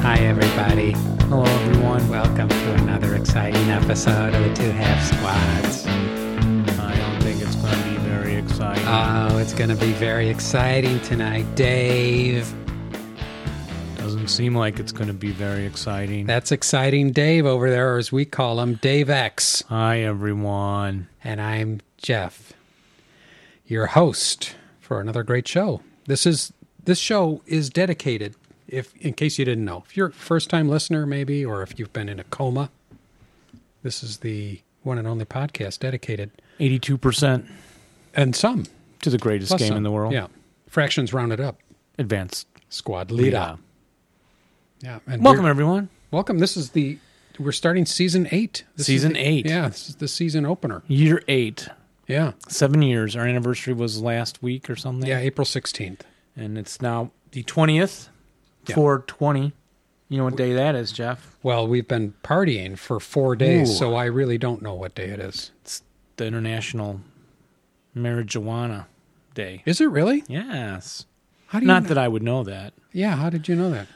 Hi, everybody. Hello, everyone. Welcome to another exciting episode of the Two Half Squads. I don't think it's going to be very exciting. Oh, it's going to be very exciting tonight, Dave. Doesn't seem like it's going to be very exciting. That's exciting, Dave, over there, or as we call him, Dave X. Hi, everyone. And I'm Jeff, your host for another great show. This is this show is dedicated, if in case you didn't know, if you're a first time listener, maybe, or if you've been in a coma, this is the one and only podcast dedicated, 82% and some to the greatest plus game some. in the world. Yeah, fractions rounded up, Advanced. squad leader. Leader. Yeah, and Welcome, we're- everyone. welcome. This is the we're starting season eight. This is Season the- eight. Yeah, this is the season opener. Year eight. Yeah, Seven years. Our anniversary was last week or something. yeah, April sixteenth. And it's now the 20th, Yeah. 420. You know what day that is, Jeff? Well, we've been partying for four days, Ooh. so I really don't know what day it is. It's the International Marijuana Day. Is it really? Yes. How do you? Not kn- that I would know that. yeah. How did you know that?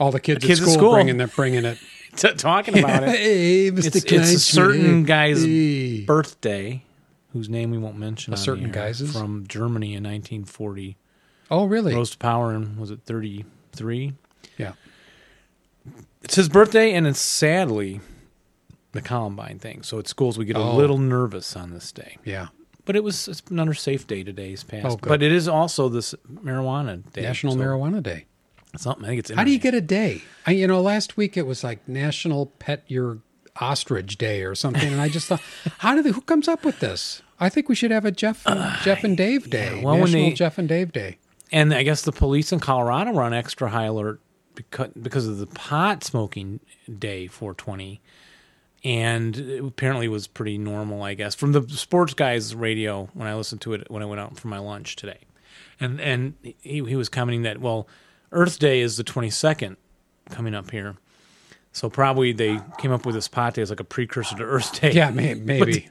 All the kids, The kids at, at school school. bringing that, bringing it. Talking about it. hey, Mr. it's, it's a Kleinsman, certain hey. guy's Hey. birthday, whose name we won't mention. A on certain the air, guy's is? from Germany in 1940. Oh, really? Rose to power in was it 33? Yeah. It's his birthday, and it's sadly the Columbine thing. So at schools we get a Oh. little nervous on this day, Yeah. but it was it's another safe day today's past. Oh, good. but it is also this marijuana day, National so Marijuana Day. Something I think it's How do you interna- get a day? I, you know, last week it was like National Pet Your Ostrich Day or something, and I just thought, how do they, who comes up with this? I think we should have a Jeff and, Jeff and Dave Day. Uh, well, when National they- Jeff and Dave Day. and I guess the police in Colorado were on extra high alert because because of the pot smoking day 420, and it apparently was pretty normal, I guess, from the sports guys' radio when I listened to it when I went out for my lunch today, and and he he was commenting that well, Earth Day is the 22nd coming up here. So probably they came up with this pot day as like a precursor to Earth Day. Yeah, may, But maybe. the,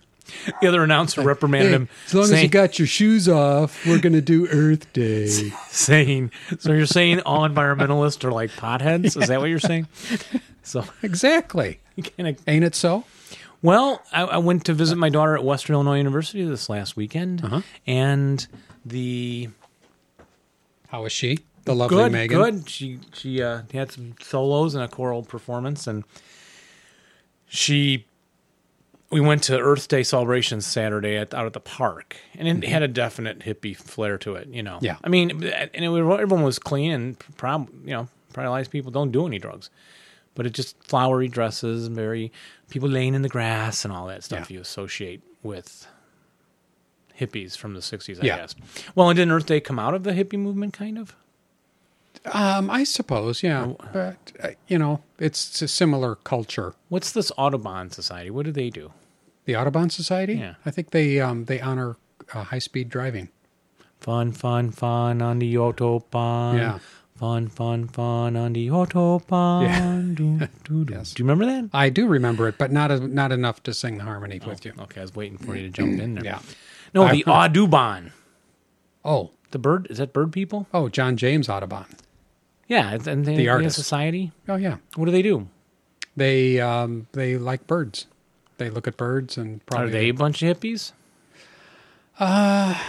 the other announcer reprimanded Hey, him. as long as you saying- got your shoes off, we're going to do Earth Day. saying so you're saying all environmentalists are like potheads is that what you're saying so exactly. you can't Ain't it so? well I, I went to visit my daughter at western illinois university this last weekend and the How is she? The lovely good Megan. good she she uh, had some solos and a choral performance and she we went to Earth Day celebrations Saturday at, out at the park, and it had a definite hippie flair to it. You know, Yeah. I mean, and it, was- everyone was clean, and prob, you know, probably a lot of people don't do any drugs, but it just flowery dresses, and very people laying in the grass, and all that stuff Yeah. you associate with hippies from the '60s, I Yeah. guess. Well, and didn't Earth Day come out of the hippie movement, kind of? Um, I suppose, yeah. Oh, But, uh, you know, it's a similar culture. What's this Audubon Society? What do they do? The Audubon Society? Yeah. I think they um, they honor uh, high speed driving. Fun, fun, fun on the autobahn. Yeah. Fun, fun, fun on the autobahn. Do, do, do. Yes. do you remember that? I do remember it, but not a, not enough to sing the harmony with you. Okay, I was waiting for you to jump in there. Yeah. No, I- the Audubon. Oh, The bird is that bird people? oh, John James Audubon. Yeah, it's- and they, The they have artist. society. Oh yeah, What do they do? they um, they like birds. They look at birds and Are probably they a bunch of hippies? I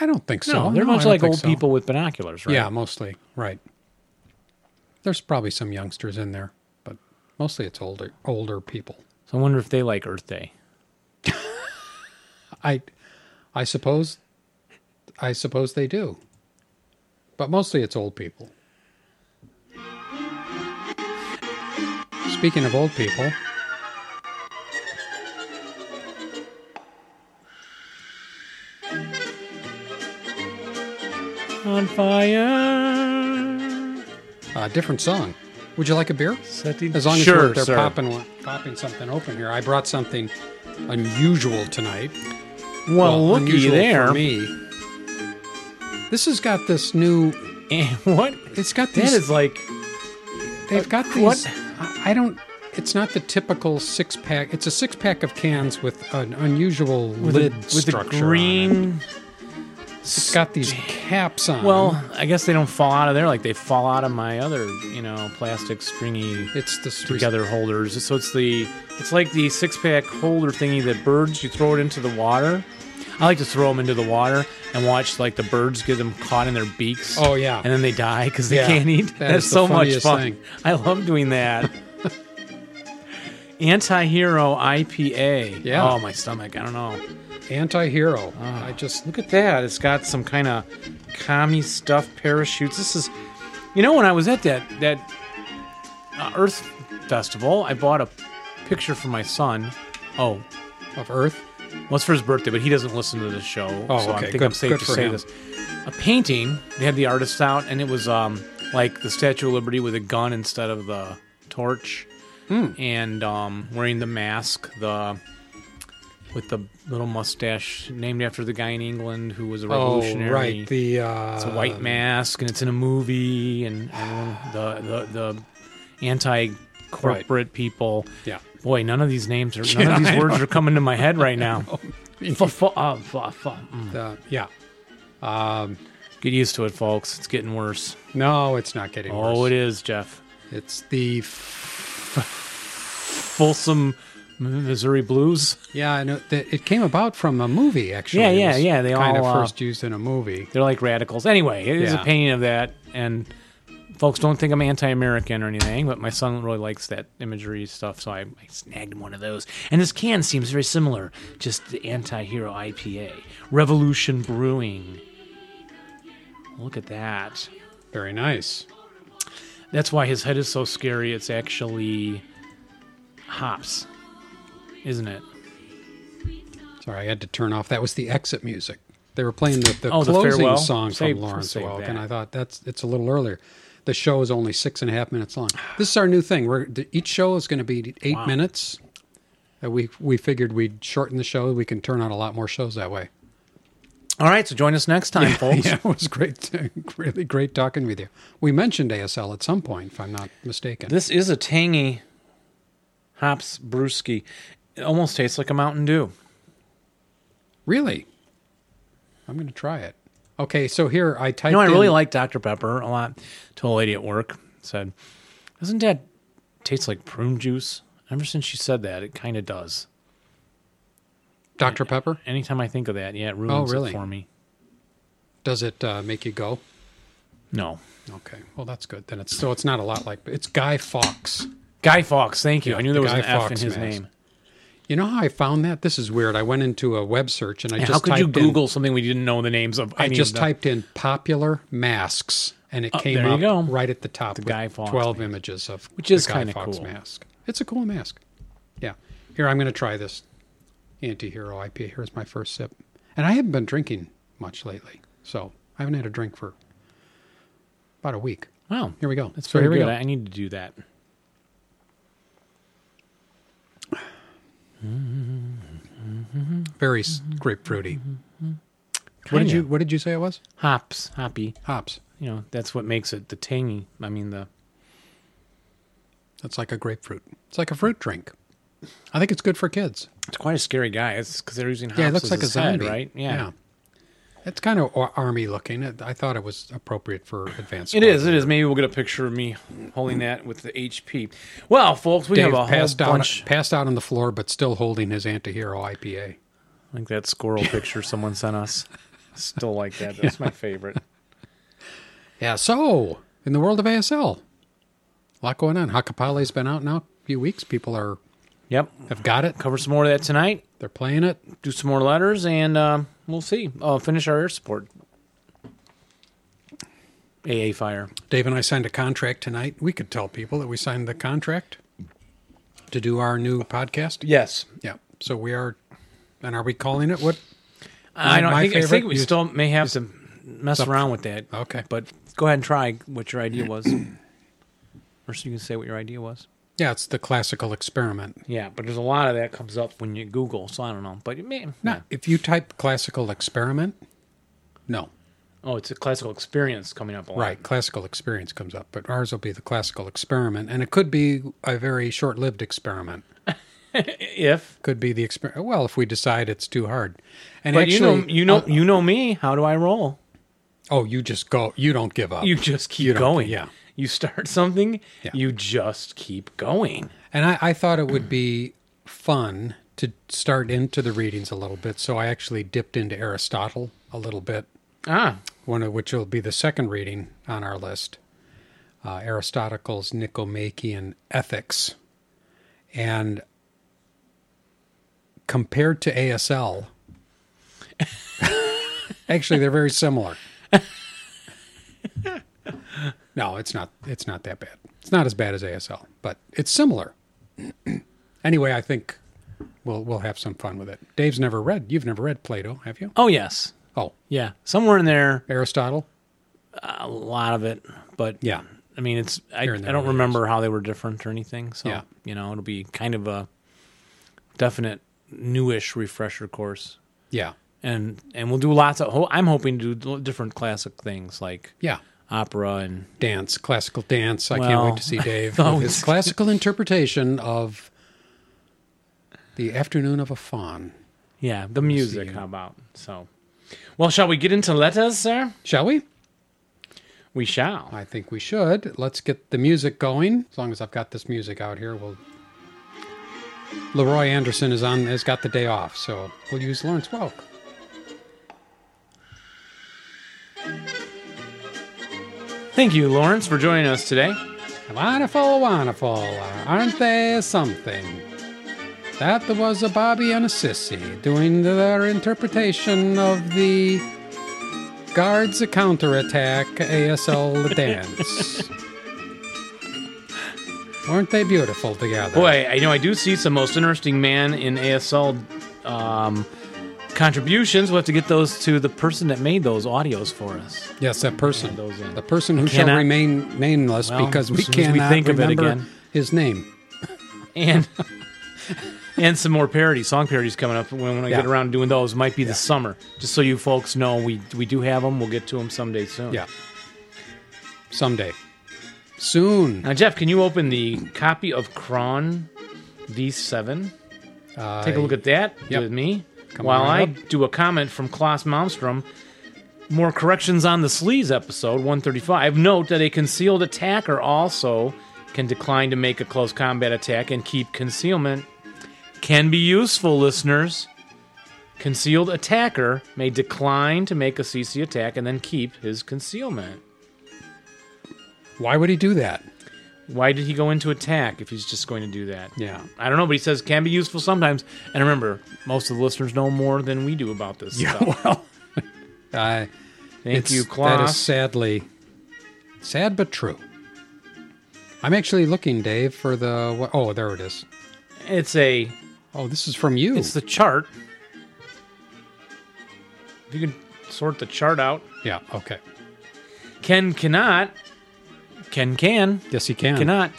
don't think so. No, they're No, I much don't like think old so. people with binoculars, right? Yeah, mostly right. There's probably some youngsters in there, but mostly it's older older people. So I wonder if they like Earth Day. I, I suppose, I suppose they do. But mostly it's old people. Speaking of old people, On fire. uh, different song. Would you like a beer? Setting- As long as Sure, we're, they're sir. popping one, popping something open here. I brought something unusual tonight. Well, looky unusual there. For me, this has got this new. And what? It's got That these. is like They've got these. what? I- I don't. It's not the typical six pack. It's a six pack of cans with an unusual with lid a, with structure. a green It's got these caps on. Well, I guess they don't fall out of there like they fall out of my other, you know, plastic stringy it's this together holders. So it's the it's like the six pack holder thingy that birds you throw it into the water. I like to throw them into the water and watch like the birds get them caught in their beaks. Oh, yeah. and then they die because they Yeah. can't eat. That That's is the so much funniest fun. thing. I love doing that. Anti-hero IPA. Yeah. Oh, my stomach. I don't know. anti-hero. Ah. I just Look at that. It's got some kind of commie stuff, parachutes. This is, you know, when I was at that that uh, Earth Festival, I bought a picture for my son. Oh, of Earth. well, it's for his birthday, but he doesn't listen to the show. Oh, so I okay. think Good- I'm safe good to for say him. this. A painting. They had the artist out, and it was um like the Statue of Liberty with a gun instead of the torch, Hmm. and um wearing the mask, the with the little mustache named after the guy in England who was a Oh, revolutionary. right. The uh, It's a white mask, and it's in a movie, and, and the the the anti corporate people. Yeah. Boy, none of these names are none of these words are coming to my head right now. Fu- fu- uh, fu- fu- mm. The, yeah. Get used to it, folks. It's getting worse. No, it's not getting Oh, worse. it is, Jeff. It's the f- Folsom, Missouri Blues. yeah. I know that it came about from a movie actually. Yeah, It yeah, was yeah, they kind all, of uh, first used in a movie. They're like radicals. Anyway, it is Yeah. a painting of that, and folks don't think I'm anti-American or anything, but my son really likes that imagery stuff, so I, I snagged him one of those. And this can seems very similar, just the anti-hero IPA, Revolution Brewing. Look at that. Very nice. That's why his head is so scary. It's actually hops, isn't it? Sorry, I had to turn off. That was the exit music. They were playing the, the Oh, the closing farewell? song Save- from Lawrence save Welk, that. and I thought that's it's a little earlier. The show is only six and a half minutes long. This is our new thing. We're the, each show is going to be eight minutes. Uh, we we figured we'd shorten the show. We can turn on a lot more shows that way. All right, so join us next time, folks. Yeah, it was great, really great talking with you. We mentioned ASL at some point, if I'm not mistaken. This is a tangy hops brewski. It almost tastes like a Mountain Dew. really, I'm going to try it. Okay, so here I typed. You know, I in, really like Dr. Pepper a lot. To a lady at work said, Doesn't that taste like prune juice? Ever since she said that, it kind of does. Dr Pepper. Anytime I think of that, yeah, it ruins Oh, really? it for me. Does it uh, make you go? No. Okay, well that's good. Then it's so it's not a lot like it's Guy Fawkes. Guy Fawkes, thank you. Yeah, I knew the there was Guy an F in Fawkes his mask. name. You know how I found that? This is weird. I went into a web search and I Yeah, just how could you typed in- Google something we didn't know the names of? I any just of them? typed in popular masks and it came there you up go. right at the top. The Guy Fawkes twelve images of Which is the Guy kinda Fawkes cool. mask. It's a cool mask. Yeah. Here I'm going to try this anti-hero IP. Here's my first sip, and I haven't been drinking much lately, so I haven't had a drink for about a week. Wow. Here we go. That's So very here we good. eh? go. I I need to do that. Very s- grapefruity. What did Mm-hmm. Kinda. you What did you say it was? Hops, hoppy. Hops. You know, that's what makes it the tangy. I mean, the That's like a grapefruit. It's like a fruit drink. I think it's good for kids. It's quite a scary guy. It's because they're using hops yeah, it looks as like a his head, zombie, right? Yeah. It's kind of ar- army looking. It- I thought it was appropriate for advanced. It is. It is. Maybe we'll get a picture of me holding that with the HP. Well, folks, we Dave have a whole passed out, bunch. passed out on the floor, but still holding his anti-hero IPA. I think that squirrel picture someone sent us. Still like that. That's my favorite. Yeah. So in the world of ASL, a lot going on. Hakapale's been out now a few weeks. People are Yep. have got it. Cover some more of that tonight. They're playing it. Do some more letters, and uh, we'll see. Uh, finish our air support. AA fire. Dave and I signed a contract tonight. We could tell people that we signed the contract to do our new podcast. Yes. Yeah. So we are, and are we calling it what? I it don't. I my think, I think favorite? we You- still may have to mess around with that. Okay. But go ahead and try what your idea was. or so you can say what your idea was. Yeah, it's the classical experiment. Yeah, but there's a lot of that comes up when you Google, so I don't know. But it may, Now, if you type classical experiment, no, Oh, it's a classical experience coming up a lot. right, classical experience comes up, but ours will be the classical experiment, and it could be a very short lived experiment. if Could be the experiment. Well, if we decide it's too hard, and but you know actually, you know you know me, how do I roll? oh, you just go. You don't give up. You just keep You don't- going. yeah. You start something, Yeah. you just keep going. And I, I thought it would be fun to start into the readings a little bit, so I actually dipped into Aristotle a little bit, Ah, one of which will be the second reading on our list, uh, Aristotle's Nicomachean Ethics, and compared to ASL, actually they're very similar. No, it's not. It's not that bad. It's not as bad as ASL, but it's similar. anyway, I think we'll we'll have some fun with it. Dave's never read. You've never read Plato, have you? oh yes. Oh, Yeah. Somewhere in there Aristotle. a lot of it, but Yeah, I mean, it's I, I Here and there, don't yes. remember how they were different or anything. So Yeah. you know, it'll be kind of a definite newish refresher course, yeah, and and we'll do lots of. ho- I'm hoping to do different classic things like yeah. opera and Dance, classical dance. I can't Well, wait to see Dave that with his was- classical interpretation of the afternoon of a fawn. yeah, the music. How about so? Well, shall we get into letters, sir? Shall we? We shall. I think we should. Let's get the music going. As long as I've got this music out here, we'll. Leroy Anderson is on. Has got the day off, so we'll use Lawrence Welk. Thank you, Lawrence, for joining us today. Wonderful, wonderful, aren't they something? That was a Bobby and a sissy doing their interpretation of the guards a counterattack ASL dance. Weren't they beautiful together? Boy, I know I do see some most interesting man in ASL um, contributions. We'll have to get those to the person that made those audios for us. Yes, that person. And those, uh, the person who cannot- shall remain nameless Well, because we as soon as we cannot think of it remember again. his name. and and some more parodies, song parodies coming up. When, when I get Yeah. around to doing those, might be this summer. Just so you folks know, we we do have them. We'll get to them someday soon. Yeah. Someday. Soon. Now, Jeff, can you open the copy of Kron V7? Uh, Take a look at that yep. with me Coming while right I up. do a comment from Klaus Malmstrom. More corrections on the sleaze episode 135. Note that a concealed attacker also can decline to make a close combat attack and keep concealment. Can be useful, listeners. Concealed attacker may decline to make a CC attack and then keep his concealment. Why would he do that? Why did he go into attack if he's just going to do that? Yeah. I don't know, but he says can be useful sometimes. And remember, most of the listeners know more than we do about this Yeah, stuff. well. I Thank it's, you, That is Klaus. sadly sad but true. I'm actually looking, Dave, for the wha- oh, there it is. It's a Oh, this is from you. it's the chart. If you can sort the chart out. yeah, okay. Ken cannot. Ken can. Yes, he can. Cannot.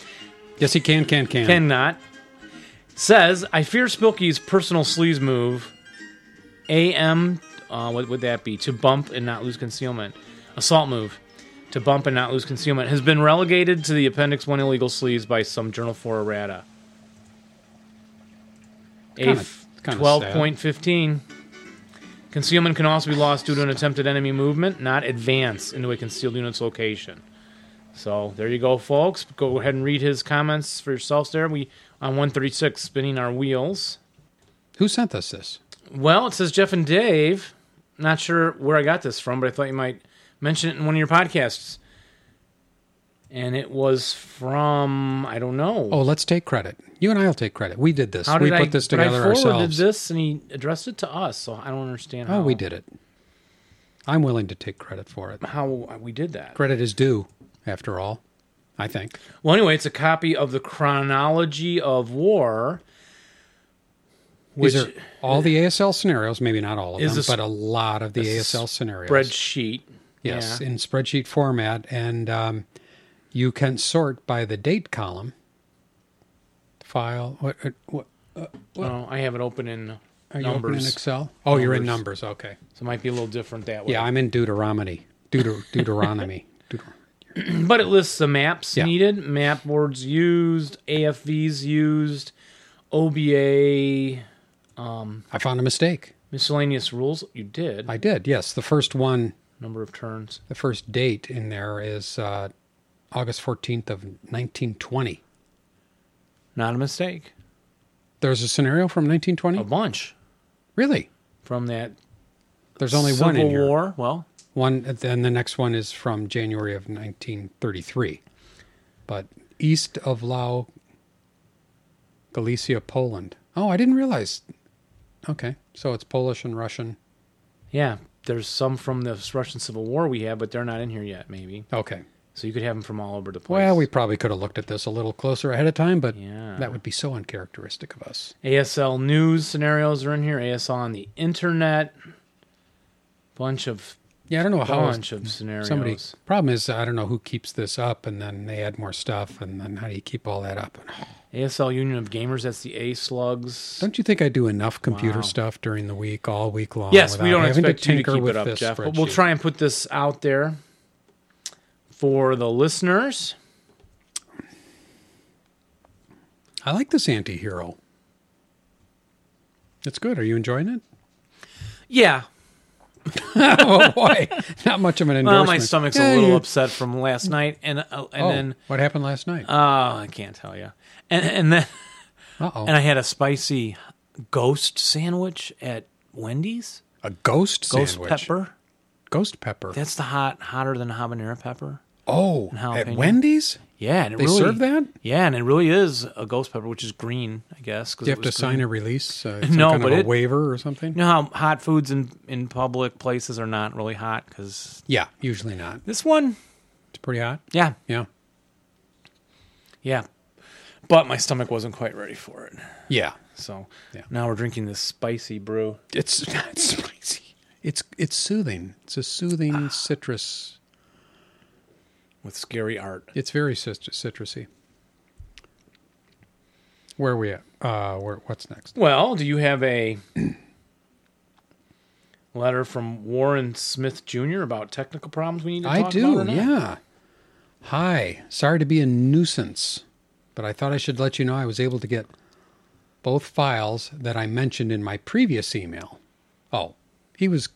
Yes, he can. Can can. Cannot. Says, I fear Spilky's personal sleaze move. AM, uh, what would that be? To bump and not lose concealment. Assault move. To bump and not lose concealment has been relegated to the Appendix 1 illegal sleaze by some Journal 4 errata. A Kinda- f- kinda 12.15. Concealment can also be lost due to an attempted enemy movement, not advance into a concealed unit's location. So there you go, folks. Go ahead and read his comments for yourselves there. We on 136 spinning our wheels. Who sent us this? Well, it says Jeff and Dave. Not sure where I got this from, but I thought you might mention it in one of your podcasts. And it was from I don't know. Oh, let's take credit. You and I will take credit. We did this. how did we I put this but I together forwarded ourselves. this and he addressed it to us, so I don't understand how Oh, we did it. I'm willing to take credit for it. how we did that. Credit is due, after all. I think. Well, anyway, it's a copy of the Chronology of War. Which These are all the ASL scenarios. Maybe not all of Is them, this- but a lot of the this ASL scenarios. spreadsheet. Yes, Yeah. in spreadsheet format, and um, you can sort by the date column. File. What, uh, what Oh, I have it open in are you open in numbers, Excel? Oh, you're in Numbers. numbers. Okay. so it might be a little different that way. Yeah, I'm in Deuteronomy. Deuter- Deuteronomy. Deuter- but it lists the maps Yeah. needed, map boards used, AFVs used, OBA I found a mistake. miscellaneous rules. You did. I did. Yes, the first one, Number of turns. the first date in there is uh, August 14th of 1920. Not a mistake. There's a scenario from A 1920? bunch Really? from that There's only Civil one in here. War. Well, One, and then the next one is from January of 1933. But east of Lao, Galicia, Poland. Oh, I didn't realize. Okay, so it's Polish and Russian. yeah, there's some from the Russian Civil War we have, but they're not in here yet. Maybe Okay. so you could have them from all over the place. Well, we probably could have looked at this a little closer ahead of time, but yeah that would be so uncharacteristic of us. ASL news scenarios are in here. ASL on the internet. Bunch of Yeah, I don't know how bunch of scenarios. somebody. Problem is, I don't know who keeps this up, and then they add more stuff, and then how do you keep all that up? ASL Union of Gamers. That's the A slugs. Don't you think I do enough computer Wow. stuff during the week, all week long? Yes, we without don't having expect you to tinker keep with it up, this Jeff, but we'll spreadsheet? try and put this out there for the listeners. I like this anti-hero. It's good. Are you enjoying it? Yeah. uh, oh boy, not much of an endorsement. Well, my stomach's Yeah, a little you- upset from last night, and uh, and Oh, then what happened last night? oh, I can't tell you, and and then Uh oh, and I had a spicy ghost sandwich at Wendy's, a ghost ghost sandwich. pepper. Ghost pepper. That's the hot, hotter than habanero pepper. oh, at jalapeno. Wendy's Yeah, and it they really, serve that. Do Yeah, and it really is a ghost pepper, which is green, I guess. 'cause you it have to was sign green. a release? Uh, some No, kind but of a it- waiver or something. You know how hot foods in in public places are not really hot because Yeah, usually not. this one, It's pretty hot. yeah, Yeah, yeah, but my stomach wasn't quite ready for it, yeah. so Yeah. now we're drinking this spicy brew. It's not spicy. It's it's soothing. It's a soothing Ah. citrus with scary art. It's very cit- citrusy. Where are we at? Uh, where, what's next? Well, do you have a letter from Warren Smith Jr. about technical problems we need to talk I about? or do, not? yeah. Hi, sorry to be a nuisance, but I thought I should let you know I was able to get both files that I mentioned in my previous email. Oh, he was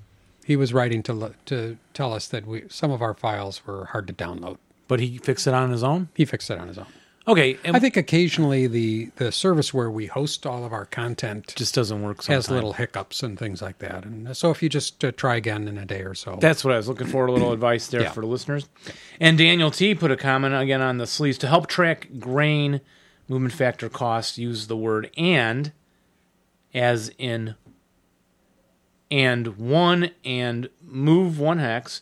he was writing to le- to tell us that we some of our files were hard to download. But he fixed it on his own. He fixed it on his own. Okay, and I think occasionally the the service where we host all of our content just doesn't work. Sometimes. has little hiccups and things like that. And so if you just uh, try again in a day or so, That's what I was looking for. A little advice there Yeah. for the listeners. And Daniel T put a comment again on the sleeves to help track grain movement factor costs. Use the word and as in and one and move one hex,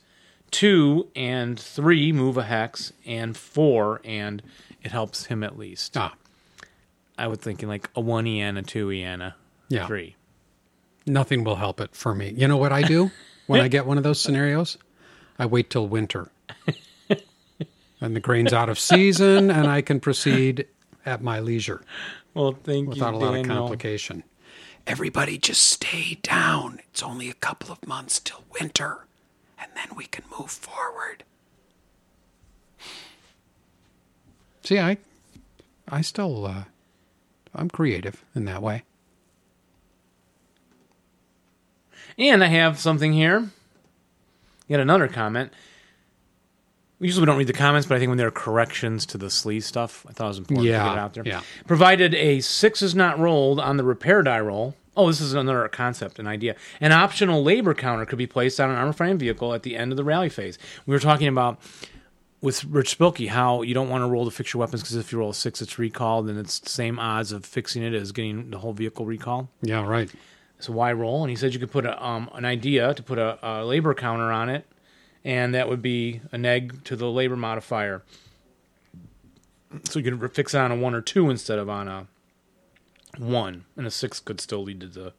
two and three move a hex, and four and it helps him at least. ah, I was thinking like a one and a two and a Yeah. three. nothing will help it for me. You know what I do when I get one of those scenarios? I wait till winter. and the grain's out of season and I can proceed at my leisure Well, thank without a you, lot of Daniel. complication. Everybody just stay down. It's only a couple of months till winter and then we can move forward. See, I I still uh, I'm creative in that way. And I have something here. Yet another comment. Usually we don't read the comments, but I think when there are corrections to the sleeve stuff, I thought it was important Yeah, to get it out there. yeah. Provided a six is not rolled on the repair die roll. Oh, this is another concept, an idea. An optional labor counter could be placed on an armor fighting vehicle at the end of the rally phase. We were talking about with Rich Spilkey how you don't want to roll to fix your weapons because if you roll a six, it's recalled, and it's the same odds of fixing it as getting the whole vehicle recalled. Yeah, right. So why roll? And he said you could put a, um, an idea to put a, a labor counter on it, and that would be a neg to the labor modifier. So you could re- fix it on a one or two instead of on a one, and a six could still lead to the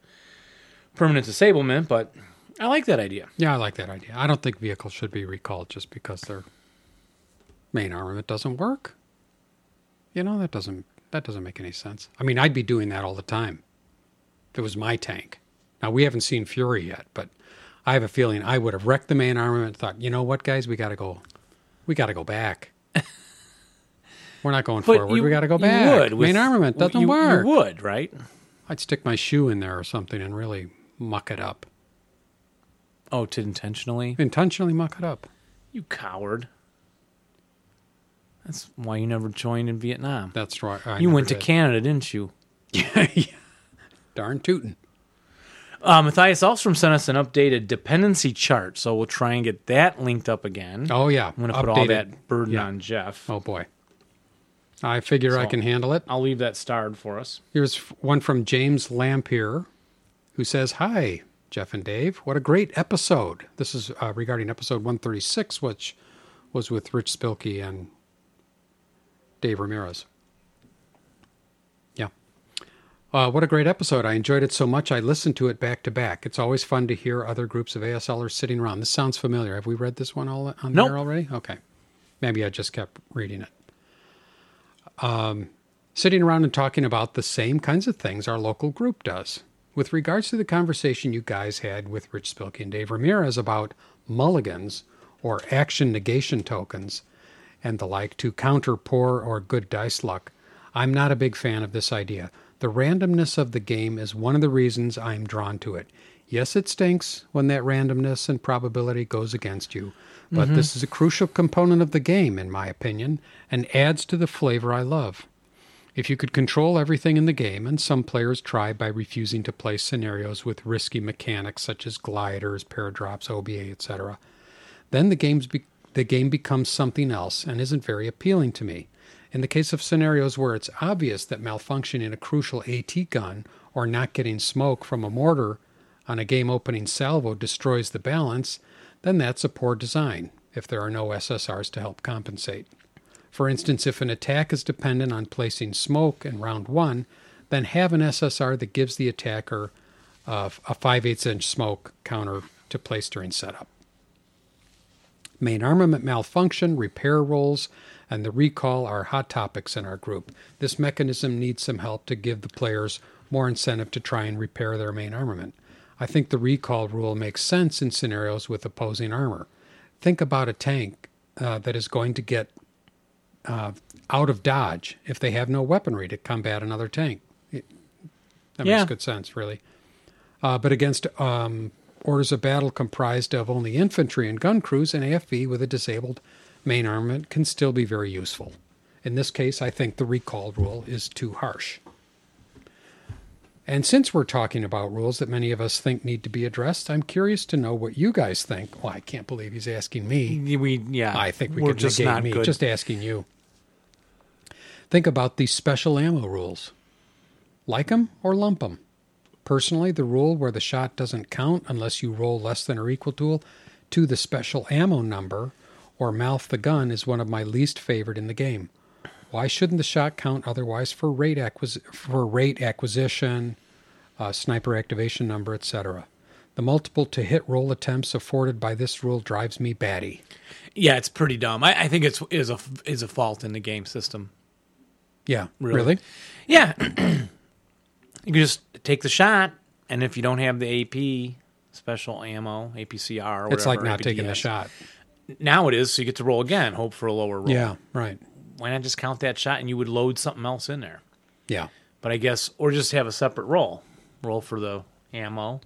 permanent disablement. But I like that idea. Yeah, I like that idea. I don't think vehicles should be recalled just because their main armament doesn't work. You know, that doesn't that doesn't make any sense. I mean, I'd be doing that all the time if it was my tank. Now we haven't seen Fury yet, but I have a feeling I would have wrecked the main armament and thought, you know what, guys, we gotta go we gotta go back. We're not going But forward. you- we got to go you back. would with- Main armament doesn't you, work. You would, right? I'd stick my shoe in there or something and really muck it up. Oh, to intentionally? Intentionally muck it up. You coward. That's why you never joined in Vietnam. That's right. I you never went to did. Canada, didn't you? Darn tootin'. Uh, Matthias Alstrom sent us an updated dependency chart, so we'll try and get that linked up again. Oh yeah. I'm going to put all Updated. that burden Yeah. on Jeff. Oh boy. I figure I So- can handle it. I'll leave that starred for us. Here's f- one from James Lampier, who says, "Hi, Jeff and Dave. What a great episode! This is uh, regarding episode 136, which was with Rich Spilkey and Dave Ramirez. Yeah. Uh, what a great episode. I enjoyed it so much I listened to it back to back. It's always fun to hear other groups of ASLers sitting around. This sounds familiar. Have we read this one all on Nope. there already? Okay. Maybe I just kept reading it. Um, sitting around and talking about the same kinds of things our local group does. With regards to the conversation you guys had with Rich Spilkey and Dave Ramirez about mulligans or action negation tokens, and the like to counter poor or good dice luck. I'm not a big fan of this idea. The randomness of the game is one of the reasons I'm drawn to it. Yes, it stinks when that randomness and probability goes against you, but this is a crucial component of the game, in my opinion, and adds to the flavor I love. If you could control everything in the game, and some players try by refusing to play scenarios with risky mechanics such as gliders, paradrops, OBA, etc., then the game's be- the game becomes something else and isn't very appealing to me. In the case of scenarios where it's obvious that malfunctioning a crucial AT gun or not getting smoke from a mortar on a game opening salvo destroys the balance, then that's a poor design if there are no SSRs to help compensate. For instance, if an attack is dependent on placing smoke in round one, then have an SSR that gives the attacker uh, a 5 8 inch smoke counter to place during setup main armament malfunction, repair rolls, and the recall are hot topics in our group. This mechanism needs some help to give the players more incentive to try and repair their main armament. I think the recall rule makes sense in scenarios with opposing armor. Think about a tank uh, that is going to get uh, out of dodge if they have no weaponry to combat another tank. It- that Yeah. makes good sense, really uh, but against um, orders of battle comprised of only infantry and gun crews, an AFV with a disabled main armament can still be very useful. In this case, I think the recall rule is too harsh. And since we're talking about rules that many of us think need to be addressed, I'm curious to know what you guys think. Well, I can't believe he's asking me. We yeah. I think we we're could just negate not me. good. Just asking you. Think about these special ammo rules. Like 'em or lump 'em. Personally, the rule where the shot doesn't count unless you roll less than or equal to, to the special ammo number or mouth the gun is one of my least favorite in the game. Why shouldn't the shot count otherwise for rate, acquisi- for rate acquisition, uh, sniper activation number, etc.? The multiple to hit roll attempts afforded by this rule drives me batty. yeah, it's pretty dumb. I, I think it's is a is a fault in the game system. Yeah. Really? Really? Yeah. you can just take the shot, and if you don't have the AP special ammo, APCR, or It's like whatever, not taking the APDS, shot. Now it is, so you get to roll again, hope for a lower roll. Yeah. Right. Why not just count that shot and you would load something else in there? Yeah. But I guess, or just have a separate roll. Roll for the ammo.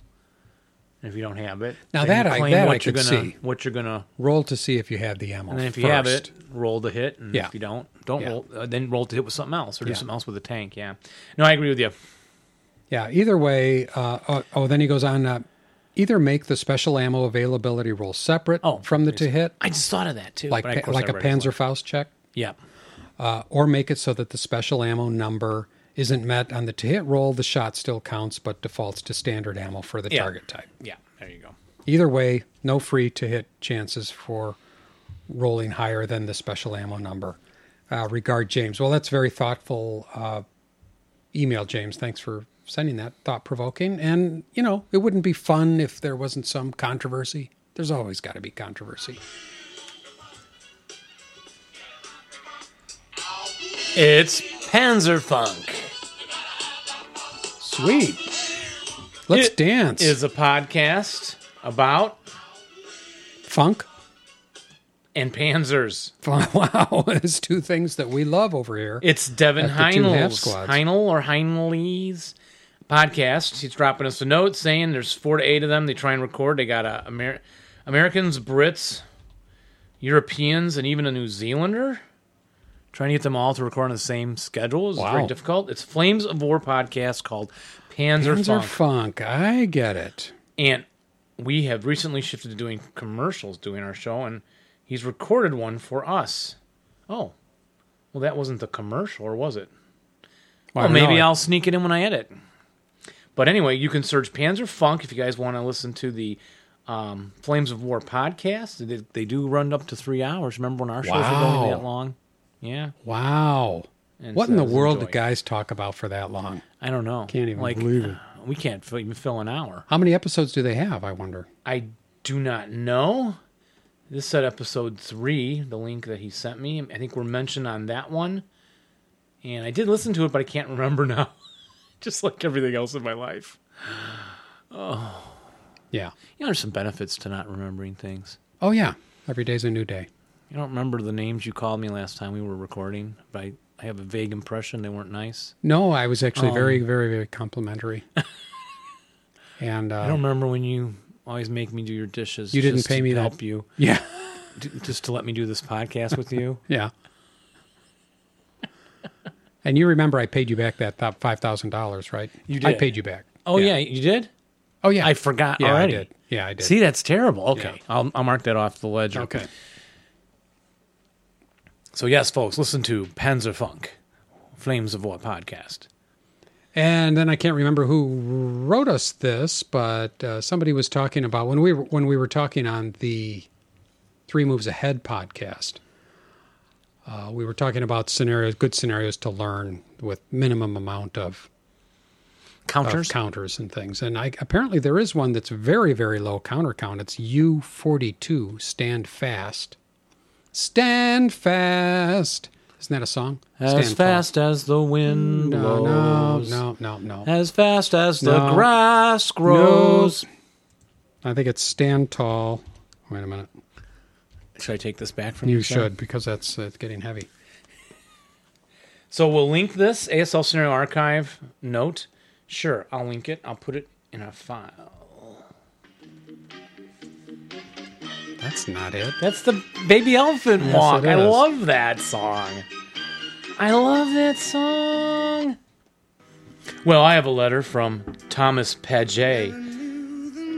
If you don't have it, Now then that you I- claim that what I you're could gonna, see. what you're gonna, Roll to see if you have the ammo. and then if you first. have it, roll the hit, and Yeah. if you don't, don't Yeah. roll, uh, then roll to hit with something else, or do Yeah. something else with the tank. Yeah, no, I agree with you. Yeah. Either way, uh, oh, oh, then he goes on. Uh, either make the special ammo availability roll separate Oh, from the to hit, I just thought of that too. like but of pa- course like I a read it wrong. Panzerfaust check, Yeah, uh, or make it so that the special ammo number isn't met on the to hit roll. The shot still counts, but defaults to standard ammo for the Yeah. target type. yeah. There you go. Either way, no free to hit chances for rolling higher than the special ammo number. Uh, regard James. Well, that's very thoughtful uh, email, James. Thanks for sending that. Thought provoking. And, you know, it wouldn't be fun if there wasn't some controversy. There's always got to be controversy. It's Panzer Funk. Sweet. Let's It dance. Is a podcast about Funk? and Panzers. Wow, there's two things that we love over here. It's Devin At the two half Heinel's squads. Heinel or Heinle's podcast. He's dropping us a note saying there's four to eight of them. They try and record. They got uh, Amer- Americans, Brits, Europeans, and even a New Zealander. Trying to get them all to record on the same schedule is very Wow. difficult. It's Flames of War podcast called Panzer, Things are Funk. funk. I get it. and we have recently shifted to doing commercials doing our show and he's recorded one for us oh well that wasn't the commercial or was it well, I don't know. maybe i'll sneak it in when i edit but anyway you can search panzer funk if you guys want to listen to the um, flames of war podcast they, they do run up to three hours remember when our shows were Wow. going that long yeah Wow. And What in the says world enjoy. do guys talk about for that long? i don't know Can't even like uh, believe it. we can't fi- even fill an hour How many episodes do they have? I wonder. I do not know. This said episode three, the link that he sent me. I think we're mentioned on that one. And I did listen to it, but I can't remember now. Just like everything else in my life. Yeah. You know, there's some benefits to not remembering things. Oh yeah. Every day's a new day. You don't remember the names you called me last time we were recording, but I, I have a vague impression they weren't nice. No, I was actually Oh. very, very, very complimentary. and I don't uh, remember when you always make me do your dishes. You didn't just pay to me that- help you, yeah, d- just to let me do this podcast with you. yeah. and you remember I paid you back that th- five thousand dollars, right? You I did. paid you back. Oh yeah, you did. Oh yeah. I forgot yeah, already. I did. Yeah, I did. See, that's terrible. Okay, Yeah. I'll, I'll mark that off the ledger. Okay. So yes, folks, listen to Panzer Funk, Flames of War podcast. And then I can't remember who wrote us this, but uh, somebody was talking about when we were, when we were talking on the Three Moves Ahead podcast. Uh, we were talking about scenarios, good scenarios to learn with minimum amount of, of Counters. counters and things. And I, apparently, there is one that's very, very low counter count. It's U forty two. Stand fast, stand fast. Isn't that a song? as Stand Mm, fast as the wind No, no, blows. no, no, no. As fast as the No. grass grows. I think it's stand tall. Wait a minute. Should I take this back from you? You sir? should because that's it's getting heavy. So we'll link this ASL Scenario Archive note. Sure, I'll link it. I'll put it in a file. That's not it. That's the Baby Elephant Yes, Walk. it I is. love that song. I love that song. Well, I have a letter from Thomas Paget.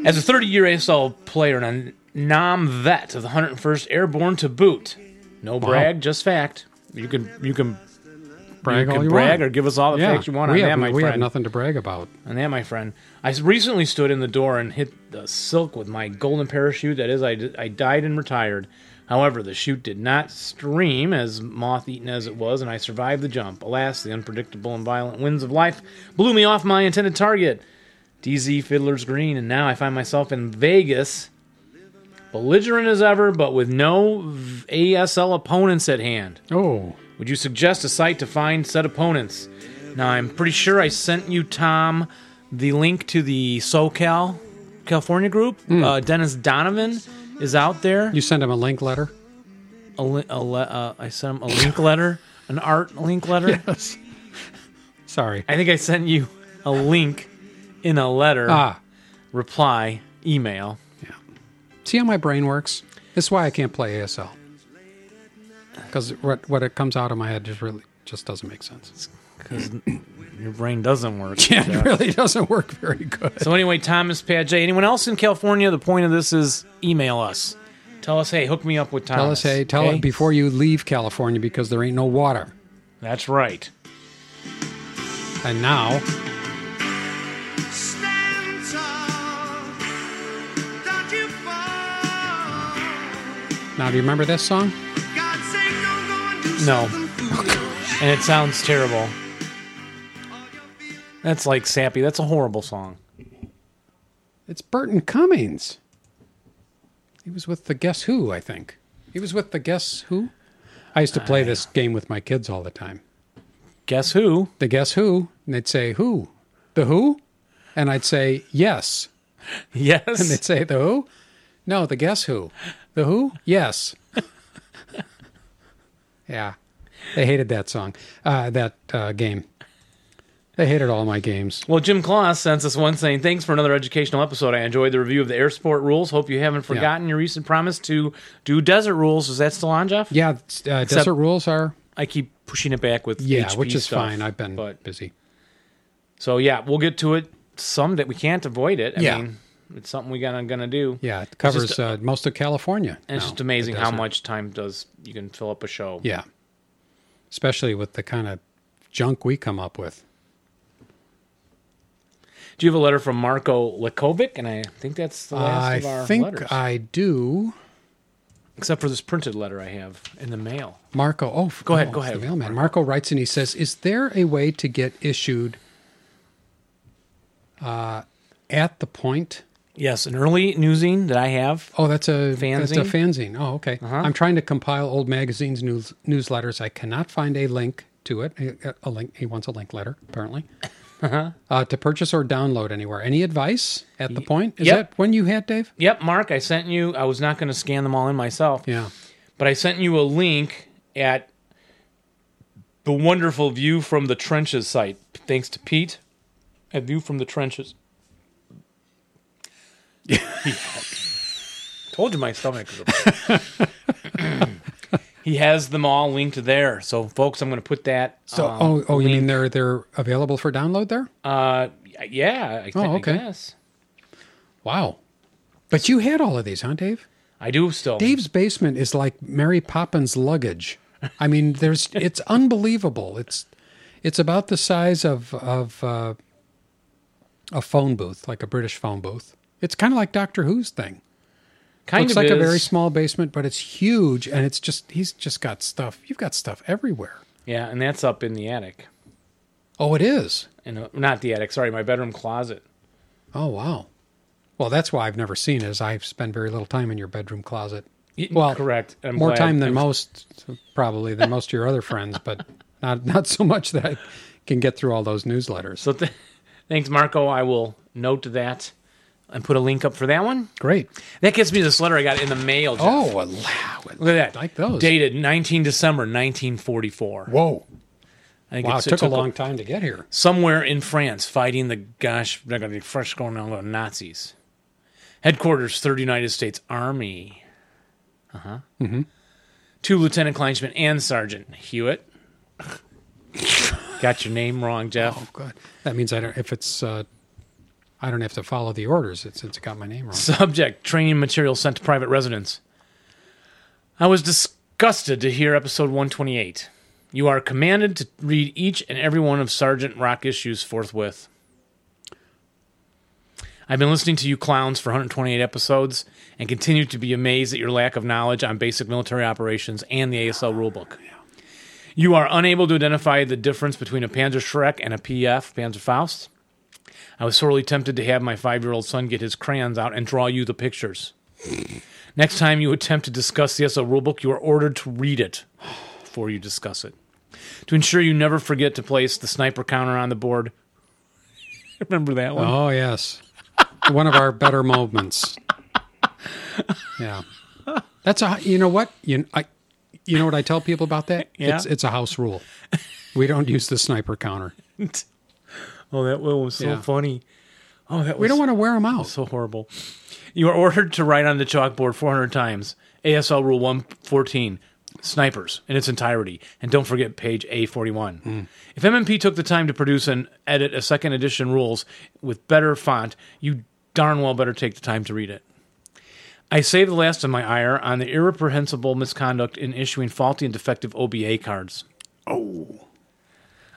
As a 30 year ASL player and a NOM vet of the 101st Airborne to boot, no brag, just fact. You can you can, you Brag all can you brag or want. give us all the yeah, facts you want we, on have, that, my we have friend. nothing to brag about. And that, my friend, I recently stood in the door and hit the silk with my golden parachute. That is, I, I died and retired. However, the chute did not stream, as moth eaten as it was, and I survived the jump. Alas, the unpredictable and violent winds of life blew me off my intended target, DZ Fiddler's Green, and now I find myself in Vegas, belligerent as ever, but with no v- ASL opponents at hand. Oh, Would you suggest a site to find said opponents? Now, I'm pretty sure I sent you, Tom, the link to the SoCal California group. Hmm. Uh, Dennis Donovan is out there. you send him a link letter. A li- a le- uh, I sent him a link letter, an art link letter. Sorry. I think I sent you a link in a letter Ah, reply email. see how my brain works. This is why I can't play ASL. Because what what it comes out of my head just really just doesn't make sense. Because your brain doesn't work. Yeah, it Jeff. really doesn't work very good. So anyway, Thomas Paget. Anyone else in California? The point of this is email us. Tell us, hey, hook me up with Thomas. Tell us, hey, tell okay? it before you leave California because there ain't no water. That's right. And now, Stand tall, don't you fall. now do you remember this song? God's sake, don't go and do No. something foolish. And it sounds terrible. All you're feeling That's like sappy. That's a horrible song. It's Burton Cummings. He was with the Guess Who, I think. He was with the Guess Who. I used to play this game with my kids all the time. Guess who? The Guess Who, and they'd say Who, the Who, and I'd say Yes, Yes. and they'd say the Who, no, the Guess Who, the Who, yes. Yeah, they hated that song, uh, that uh, game. They hated all my games. Well, Jim Kloss sends us one saying, Thanks for another educational episode. I enjoyed the review of the air sport rules. Hope you haven't forgotten your recent promise to do desert rules. Is that still on, Jeff? Yeah, it's, uh, desert rules are I keep pushing it back with yeah, HP which is stuff, fine. I've been but busy. so yeah, we'll get to it some that we can't avoid it. I Yeah. mean, it's something we gotta gonna do. Yeah, it covers just- uh, most of California. and it's now, just the amazing how desert. much time does you can fill up a show. Yeah, especially with the kind of junk we come up with. Do you have a letter from Marco Lakovic? And I uh, think that's the last of I our think letters, I do. except for this printed letter I have in the mail. Marco. Oh, Go ahead, oh, go it's ahead, The mailman. Marco writes and he says, "Is there a way to get issued uh, at the point?" Yes, an early newsing that I have. Oh, that's a That's a Fanzine? Uh-huh. fanzine. Oh, okay. I'm trying to compile old magazines news newsletters. I cannot find a link to it. A, a link. He wants a link letter apparently. Uh-huh. Uh, to purchase or download anywhere. Any advice at the point? Is yep. that when you had Dave? Yep, Mark, I sent you. I was not going to scan them all in myself. Yeah. but I sent you a link at the wonderful view from the trenches site. Thanks to Pete at View from the Trenches. Yeah. Told you my stomach. is upset. he has them all linked there. So, folks, I'm going to put that. So, um, oh, oh, you mean they're they're available for download there? uh, yeah, I, thi- Oh, I okay. guess. Wow. But you had all of these, huh, Dave? I do still. Dave's basement is like Mary Poppins' luggage. I mean, there's it's unbelievable. It's it's about the size of of uh, a phone booth, like a British phone booth. It's kind of like Doctor Who's thing. kind Looks of like a is. very small basement, but it's huge, and it's just he's just got stuff. You've got stuff everywhere. Yeah, and that's up in the attic. Oh, it is. And uh, not the attic, sorry, my bedroom closet. Oh, wow. Well, that's why I've never seen it. Is I spend very little time in your bedroom closet. Y- Well, correct. I'm more glad. time than I'm- most, probably than most of your other friends, but not not so much that I can get through all those newsletters. So th- thanks, Marco. I will note that and put a link up for that one. Great. That gets me this letter I got in the mail. Jeff. Oh, wow. look at that! like those. Dated 19 December 1944. Whoa. I think Wow, it it's- took, a long time to get here. Somewhere in France, fighting the gosh, they're going to be fresh going on the Nazis. Headquarters, Third United States Army. Uh huh. Mm-hmm. Mm-hmm. To Lieutenant Kleinschmidt and Sergeant Hewitt. got your name wrong, Jeff. Oh, God. That means I don't, if it's, uh, I don't have to follow the orders it- since it got my name wrong. Subject training material sent to private residents. I was disgusted to hear episode 128. You are commanded to read each and every one of Sergeant Rock issues forthwith. I've been listening to you clowns for 128 episodes and continue to be amazed at your lack of knowledge on basic military operations and the ASL rulebook. You are unable to identify the difference between a Panzer Schreck and a PF, Panzer Faust. I was sorely tempted to have my five year old son get his crayons out and draw you the pictures. Next time you attempt to discuss the SO rulebook, you are ordered to read it before you discuss it. To ensure you never forget to place the sniper counter on the board. Remember that one? Oh, yes. One of our better moments. Yeah. That's a, you know what? You, I, you know what I tell people about that? Yeah. It's, it's a house rule. We don't use the sniper counter. oh, that one was so Yeah. funny. Oh, that was We don't want to wear them out. so horrible. You are ordered to write on the chalkboard 400 times. ASL Rule 114, snipers in its entirety. And don't forget page A41. If MMP took the time to produce and edit a second edition rules with better font, you darn well better take the time to read it. I save the last of my ire on the irreprehensible misconduct in issuing faulty and defective OBA cards. Oh.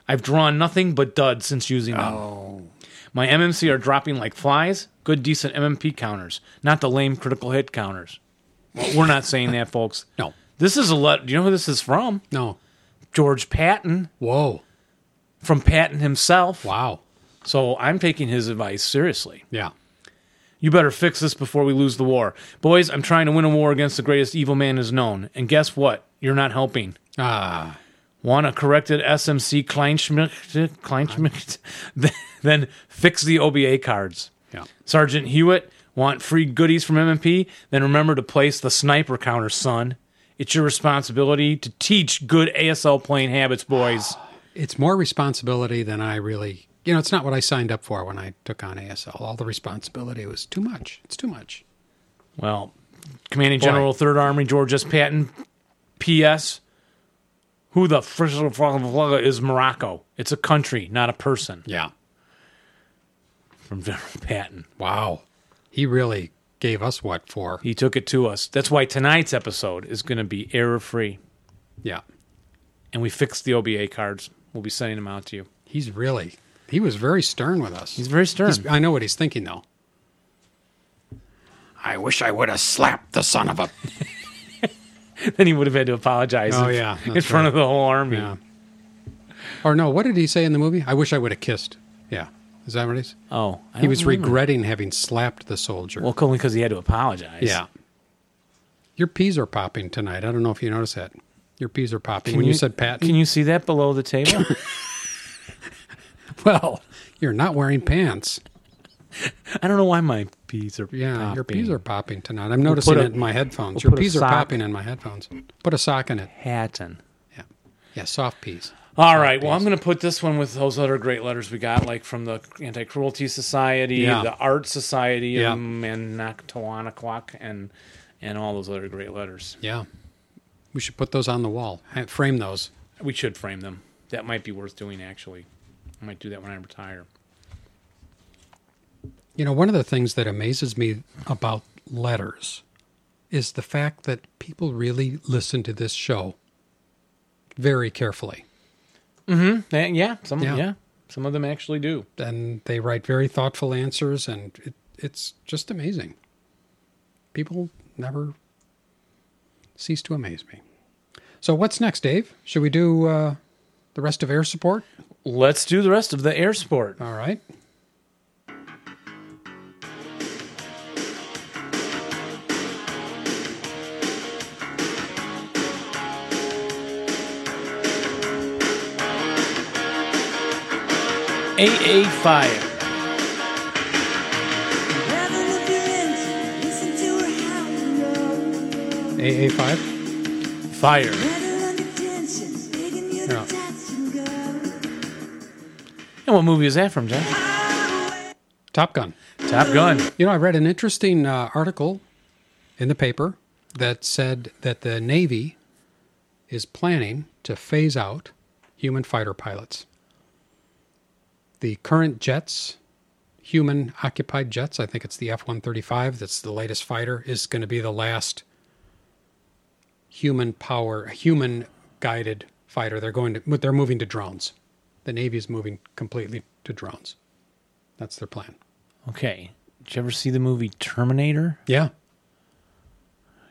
I've drawn nothing but duds since using them. Oh. My MMC are dropping like flies. Good, decent MMP counters, not the lame critical hit counters. Well, we're not saying that, folks. No. This is a let. Do you know who this is from? No. George Patton, Whoa. from Patton himself. Wow. So I'm taking his advice seriously. Yeah. You better fix this before we lose the war. Boys, I'm trying to win a war against the greatest evil man is known. And guess what? You're not helping. Ah. Want a corrected SMC Kleinschmidt, Kleinschmidt? then fix the OBA cards. Yeah. Sergeant Hewitt, want free goodies from MMP? Then remember to place the sniper counter, son. It's your responsibility to teach good ASL playing habits, boys. It's more responsibility than I really, you know, it's not what I signed up for when I took on ASL. All the responsibility was too much. It's too much. Well, Commanding General, Third Army, George S. Patton. P.S. Who the frizzle is Morocco? It's a country, not a person. Yeah. From General Patton. Wow. He really gave us what for. He took it to us. That's why tonight's episode is going to be error free. Yeah. And we fixed the OBA cards. We'll be sending them out to you. He's really, he was very stern with us. He's very stern. He's- I know what he's thinking, though. I wish I would have slapped the son of a. then he would have had to apologize Oh, in, yeah, in that's front of the whole army. Yeah. Or no, what did he say in the movie? I wish I would have kissed. Yeah. Is that what he's? Oh, I He don't was remember. regretting having slapped the soldier. Well, only because he had to apologize. yeah. Your peas are popping tonight. I don't know if you noticed that. Your peas are popping. when you, said Patton, Can you see that below the table? well, you're not wearing pants. I don't know why my peas are. Yeah, popping. your peas are popping tonight. I'm noticing put a- it in my headphones. your we'll put a peas are sock- popping in my headphones. Put a sock in it. Patton. Yeah. Yeah, soft peas. All right. Well, I'm going to put this one with those other great letters we got, like from the Anti Cruelty Society, Yeah. the Art Society, Yeah. um, and Noctawanaquak, and and all those other great letters. Yeah. We should put those on the wall. Ha- Frame those. We should frame them. That might be worth doing. Actually, I might do that when I retire. You know, one of the things that amazes me about letters is the fact that people really listen to this show very carefully. Yeah, Eh, yeah, some Yeah. yeah. some of them actually do. And they write very thoughtful answers, and it, it's just amazing. People never cease to amaze me. So, what's next, Dave? Should we do uh, the rest of air support? Let's do the rest of the air sport. All right. AA fire. AA5? Fire. And what movie is that from, Jeff? Top Gun. Top Gun. You know, I read an interesting uh, article in the paper that said that the Navy is planning to phase out human fighter pilots. The current jets, human occupied jets, I think it's the F 135 that's the latest fighter, is going to be the last human power, human guided fighter. They're going to, they're moving to drones. The Navy is moving completely to drones. That's their plan. Okay. Did you ever see the movie Terminator? Yeah.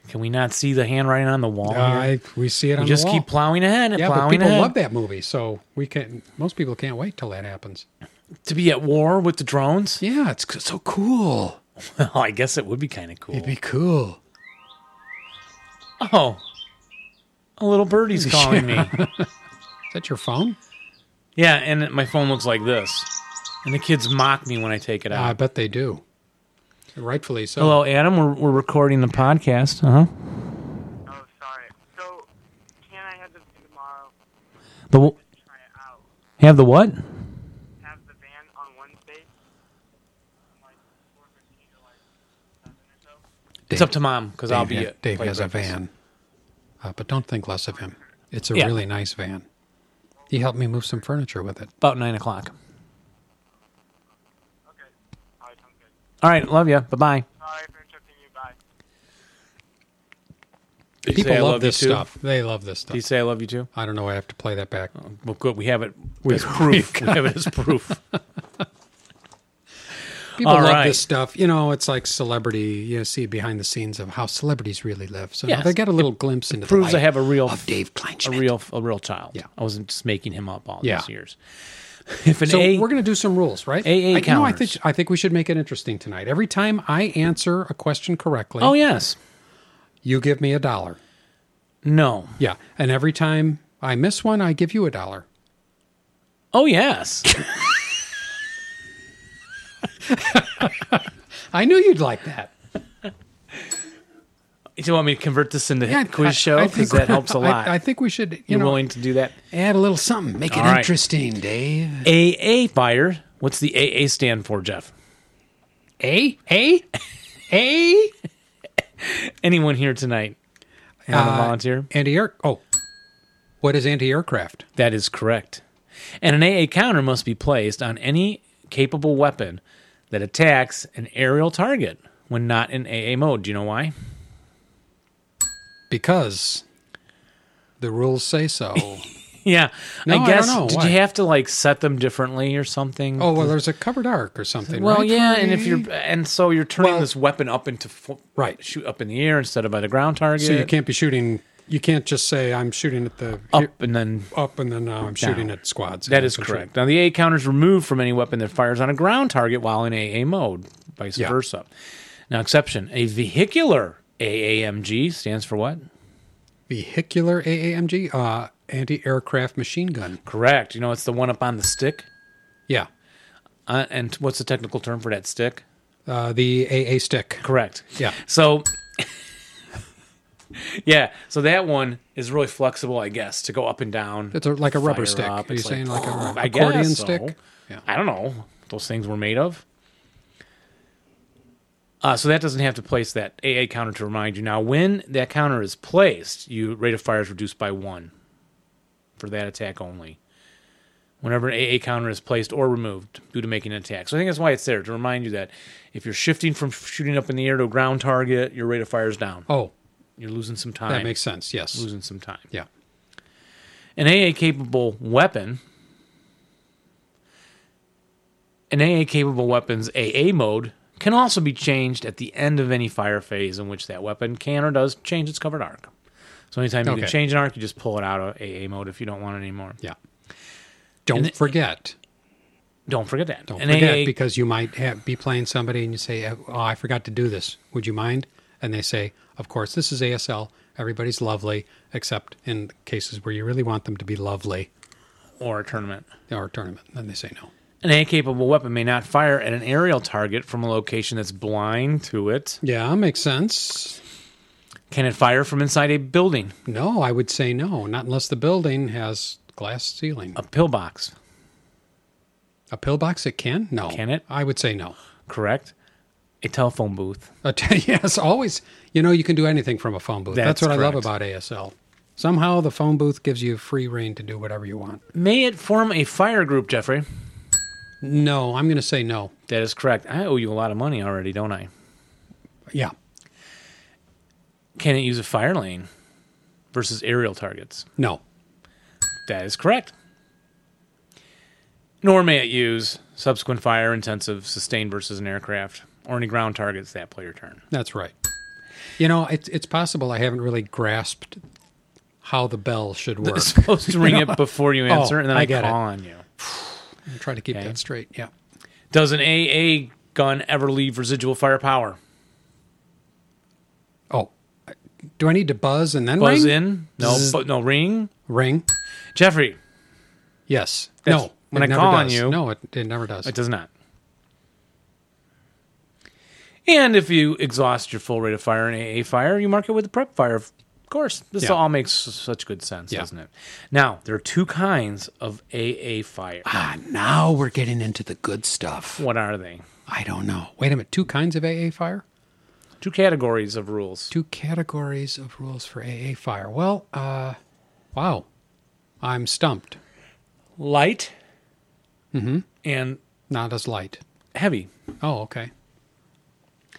Can we not see the handwriting on the wall? Uh, here? I- we see it on we just the wall. keep plowing ahead and yeah, but plowing people ahead. love that movie, so we can. Most people can't wait till that happens. To be at war with the drones? Yeah, it's c- so cool. Well, I guess it would be kind of cool. It'd be cool. Oh, a little birdie's calling me. Is that your phone? Yeah, and my phone looks like this. And the kids mock me when I take it Uh, I out. bet they do. Rightfully so. Hello, Adam. We're, we're recording the podcast. Uh huh. Oh, sorry. So, can I have the van tomorrow? The w- Try it out. have the what? Have the van on Wednesday? From, Like 4:15 to like 7 or so? It's up to mom because Dave, I'll be ha- at Dave play has breakfast. a van, uh, but don't think less of him. It's a Yeah. really nice van. He helped me move some furniture with it. about nine o'clock. Okay. Alright, sounds good. All right, love you. Bye bye. Sorry for interrupting you. Bye. People love, this stuff. They love this stuff. Did you say I love you too? I don't know. I have to play that back. Well, good. We have it as proof. We have it as proof. People All love right. this stuff. You know, it's like celebrity. You see behind the scenes of how celebrities really live. So Yes. they get a little glimpse into proves the I life have a real- of Dave a Kleinschmidt. real a real child. Yeah. I wasn't just making him up all Yeah. these years. If an so A, we're going to do some rules, right? AA I, you know, I think counters. I think we should make it interesting tonight. Every time I answer a question correctly, oh yes, you give me a dollar. no, Yeah, and every time I miss one, I give you a dollar. oh yes, I knew you'd like that. Do you want me to convert this into Yeah, a quiz I- show? I Because think- that helps a I- lot. I, think we should, you You're know, willing to do that? add a little something, make it All right. interesting, Dave. AA buyer. What's the AA stand for, Jeff? A A A. Anyone here tonight? Uh, And a volunteer? Anti air. Oh, what is anti aircraft? That is correct. And an AA counter must be placed on any capable weapon that attacks an aerial target when not in AA mode. Do you know why? Because the rules say so. Yeah. No, I don't guess know. did Why? you have to like set them differently or something? oh well, there's a covered arc or something. Well, right, yeah, and if Fergie? you're and so you're turning Well- this weapon up into fo- Right. shoot up in the air instead of at a ground target. so you can't be shooting. You can't just say I'm shooting at the here- up and then up and then now I'm shooting at squads. that is for sure. correct. Now the A counter is removed from any weapon that fires on a ground target while in AA mode, vice Yeah. versa. Now exception, a vehicular AAMG stands for what? Vehicular AAMG, uh, anti aircraft machine gun. Correct. You know it's the one up on the stick. Yeah, Uh, and what's the technical term for that stick? uh, the AA stick. Correct. Yeah. So, yeah. So that one is really flexible, I guess, to go up and down. It's a, like a rubber fire stick. up. Are you It's "Oh, saying like a I guess accordion so. stick? Yeah. I don't know. what Those things were made of. Uh, so that doesn't have to place that AA counter to remind you. Now, when that counter is placed, you rate of fire is reduced by one for that attack only. Whenever an AA counter is placed or removed due to making an attack, so I think that's why it's there to remind you that if you're shifting from shooting up in the air to a ground target, your rate of fire is down. Oh, You're losing some time. that makes sense. Yes. losing some time Yeah. an AA capable weapon. An AA capable weapon's AA mode can also be changed at the end of any fire phase in which that weapon can or does change its covered arc. So anytime you Okay. can change an arc, you just pull it out of AA mode if you don't want it anymore. Yeah. Don't it- forget. Don't forget that. Don't An forget AA because you might have, be playing somebody and you say, "Oh, I forgot to do this. Would you mind?" And they say, "Of course. This is ASL. Everybody's lovely, except in cases where you really want them to be lovely or a tournament. or tournament." And they say no. An AA capable weapon may not fire at an aerial target from a location that's blind to it. Yeah, makes sense. Can it fire from inside a building, No, I would say no, not unless the building has glass ceiling. a pillbox? A pillbox, it can? No. Can it? I would say no. Correct. A telephone booth. A te- yes, always. You know, you can do anything from a phone booth. That's, That's what I love correct. about ASL. Somehow the phone booth gives you free reign to do whatever you want. May it form a fire group, Jeffrey. No, I'm going to say no. That is correct. I owe you a lot of money already, don't I? Yeah. Can it use a fire lane versus aerial targets? No. That is correct. Nor may it use subsequent fire intensive sustained versus an aircraft or any ground targets that player turn. That's right. You know, it's it's possible I haven't really grasped how the bell should work. It's supposed to ring it before you answer, and then Oh, I I, get call it. on you. I'm trying to keep Okay. that straight. Yeah. Does an AA gun ever leave residual firepower? Oh, do I need to buzz and then Buzz ring? in? No, Zzz. bu- no ring. Ring? Jeffrey, Yes. That's- no. when it I never call on does. you- No, it, it never does. It does not. And if you exhaust your full rate of fire in AA fire, you mark it with a prep fire. Of course, this Yeah. all makes s- such good sense, Yeah. doesn't it? Now, there are two kinds of AA fire. Ah, now we're getting into the good stuff. What are they? I don't know. Wait a minute. Two kinds of AA fire? Two categories of rules. Two categories of rules for AA fire. Well, uh, wow. I'm stumped. Light Mm-hmm. and Not as light. heavy. Oh, okay.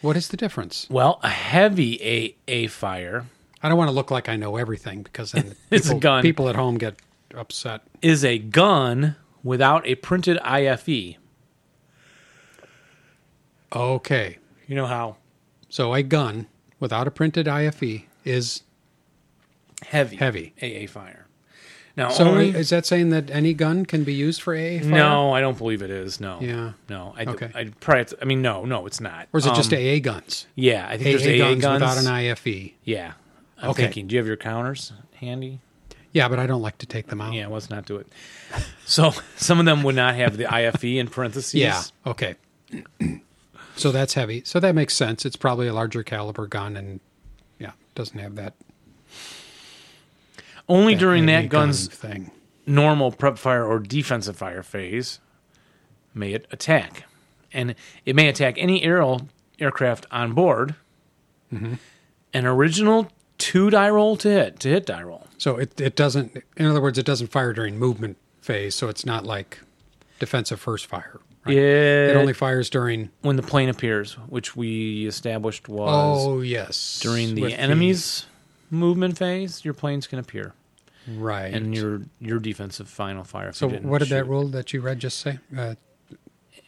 What is the difference? Well, a heavy AA fire I don't want to look like I know everything because then It's a people, gun. people at home get upset. is a gun without a printed E. IFE. Okay. You know how So a gun without a printed IFE is heavy Heavy. AA fire. Now, so only, is that saying that any gun can be used for AA fire? No, I don't believe it is. No. Yeah. No. I Okay. I'd probably. have to- I mean, no, no, it's not. Or is it Um, just AA guns? Yeah, I think AA there's AA guns, guns, without an E. IFE. Yeah. I'm Okay. thinking. Do you have your counters handy? Yeah, but I don't like to take them out. Yeah. Let's not do it. So some of them would not have the IFE in parentheses. Yeah. Okay. so that's heavy. So that makes sense. It's probably a larger caliber gun, and yeah, doesn't have that Only during that heavy gun gun's thing. normal prep fire or defensive fire phase, may it attack. And it may attack any aerial aircraft on board. Mm-hmm. An original two die roll to hit, to hit die roll. So it it doesn't. In other words, it doesn't fire during movement phase. So it's not like defensive first fire. Right? It It only fires during. when the plane appears, which we established was Oh yes, during the with enemy's movement phase, your planes can appear. right. And your your defensive final fire. if so you didn't what did that shoot. rule that you read just say? Uh,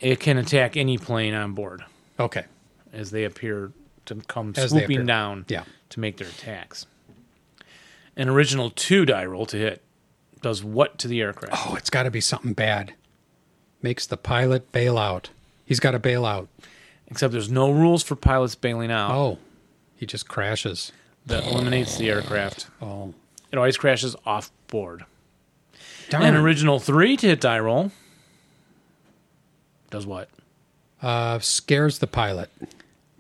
It can attack any plane on board okay, as they appear to come As they appear. swooping down Yeah. to make their attacks. An original two die roll to hit does what to the aircraft? Oh, it's got to be something bad. Makes the pilot bail out. He's got to bail out. Except there's no rules for pilots bailing out Oh, he just crashes. that eliminates the aircraft. Oh, It always crashes off board. darn. An original three to hit die roll does what? uh, scares the pilot.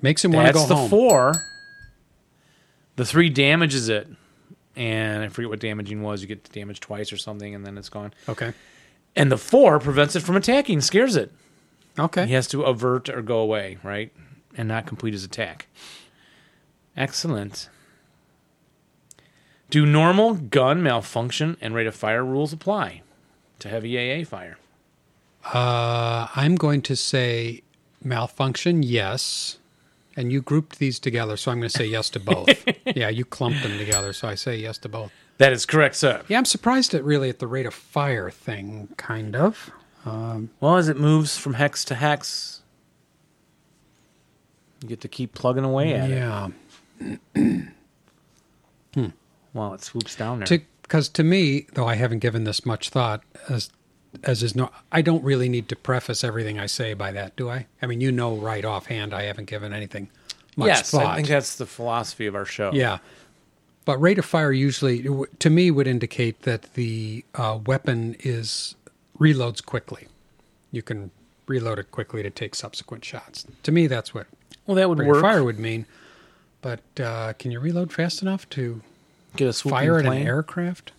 Makes him want to That's go the home. four. The three damages it. And I forget what damaging was. You get to damage twice or something, and then it's gone. Okay. And the four prevents it from attacking, scares it. Okay. He has to avert or go away, right? And not complete his attack. Excellent. Do normal gun malfunction and rate of fire rules apply to heavy AA fire? Uh, I'm going to say malfunction. Yes. And you grouped these together, so I'm going to say yes to both. yeah, you clumped them together, so I say yes to both. That is correct, sir. Yeah, I'm surprised at really at the rate of fire thing, kind of. Well, as it moves from hex to hex, you get to keep plugging away at it Yeah. while it swoops down there. because to me, though I haven't given this much thought, as as is no, I don't really need to preface everything I say by that, do I? I mean, you know, right offhand, I haven't given anything much yes, thought. I think that's the philosophy of our show. yeah, but rate of fire usually, to me, would indicate that the uh, weapon is reloads quickly. You can reload it quickly to take subsequent shots. To me, that's what Well, that would rate of work. fire would mean. But uh, can you reload fast enough to get a swooping fire at plane. an aircraft?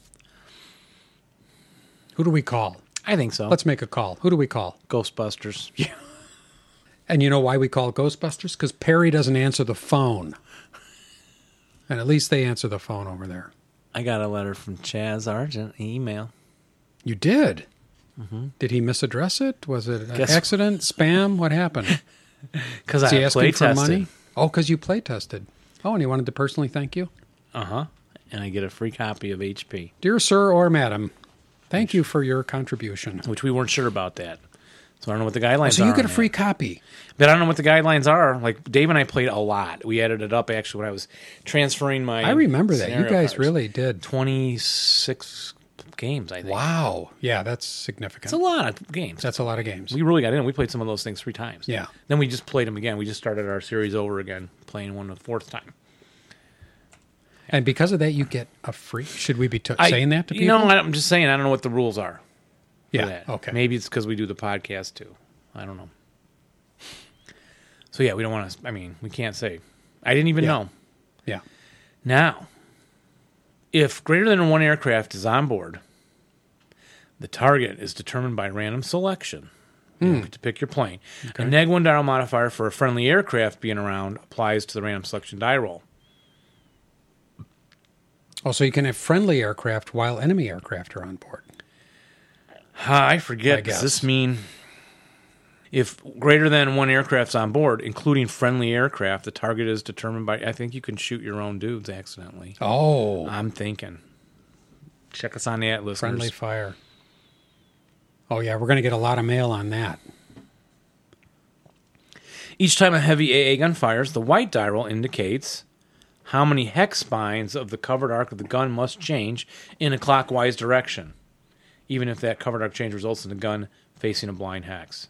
Who do we call? I think so. Let's make a call. Who do we call? Ghostbusters. And you know why we call Ghostbusters? Because Perry doesn't answer the phone. And at least they answer the phone over there. I got a letter from Chaz Argent, an email. You did. Did he misaddress it? Was it an Mm-hmm. Guess- accident? Spam? What happened? Because Was he I play asking for tested. money? Oh, because you play tested. Oh, and he wanted to personally thank you. Uh huh. And I get a free copy of HP, Dear sir or madam, thank you for your contribution. which we weren't sure about that. So I don't know what the guidelines Oh, So are. you get on a free that. copy. But I don't know what the guidelines are. Like Dave and I played a lot. We added it up actually when I was transferring my. I remember that. You scenario guys cards. really did. 26 games, I think. Wow. Yeah, that's It's a significant. lot of games. That's a lot of games. we really got in. We played some of those things three times. Yeah. Then we just played them again. We just started our series over again, playing one the fourth time. And because of that, you get a free. Should we be t- I- saying that to people? You know, I'm just saying, I don't know what the rules are. for yeah. that. Okay. Maybe it's because we do the podcast too. I don't know. So, yeah, we don't want to. I mean, we can't say. I didn't even Yeah. know. Yeah. Now, if greater than one aircraft is on board, the target is determined by random selection. Hmm. You get to pick your plane. A neg one die roll modifier for a friendly aircraft being around applies to the random selection die roll. Also, Oh, you can have friendly aircraft while enemy aircraft are on board. Ah, I forget. I Does guess. this mean if greater than one aircraft's on board, including friendly aircraft, the target is determined by? I think you can shoot your own dudes accidentally. Oh, I'm thinking. Check us on the Atlas. friendly fire. Oh yeah, we're going to get a lot of mail on that. Each time a heavy AA gun fires, the white die roll indicates how many hex spines of the covered arc of the gun must change in a clockwise direction, even if that covered arc change results in the gun facing a blind hex.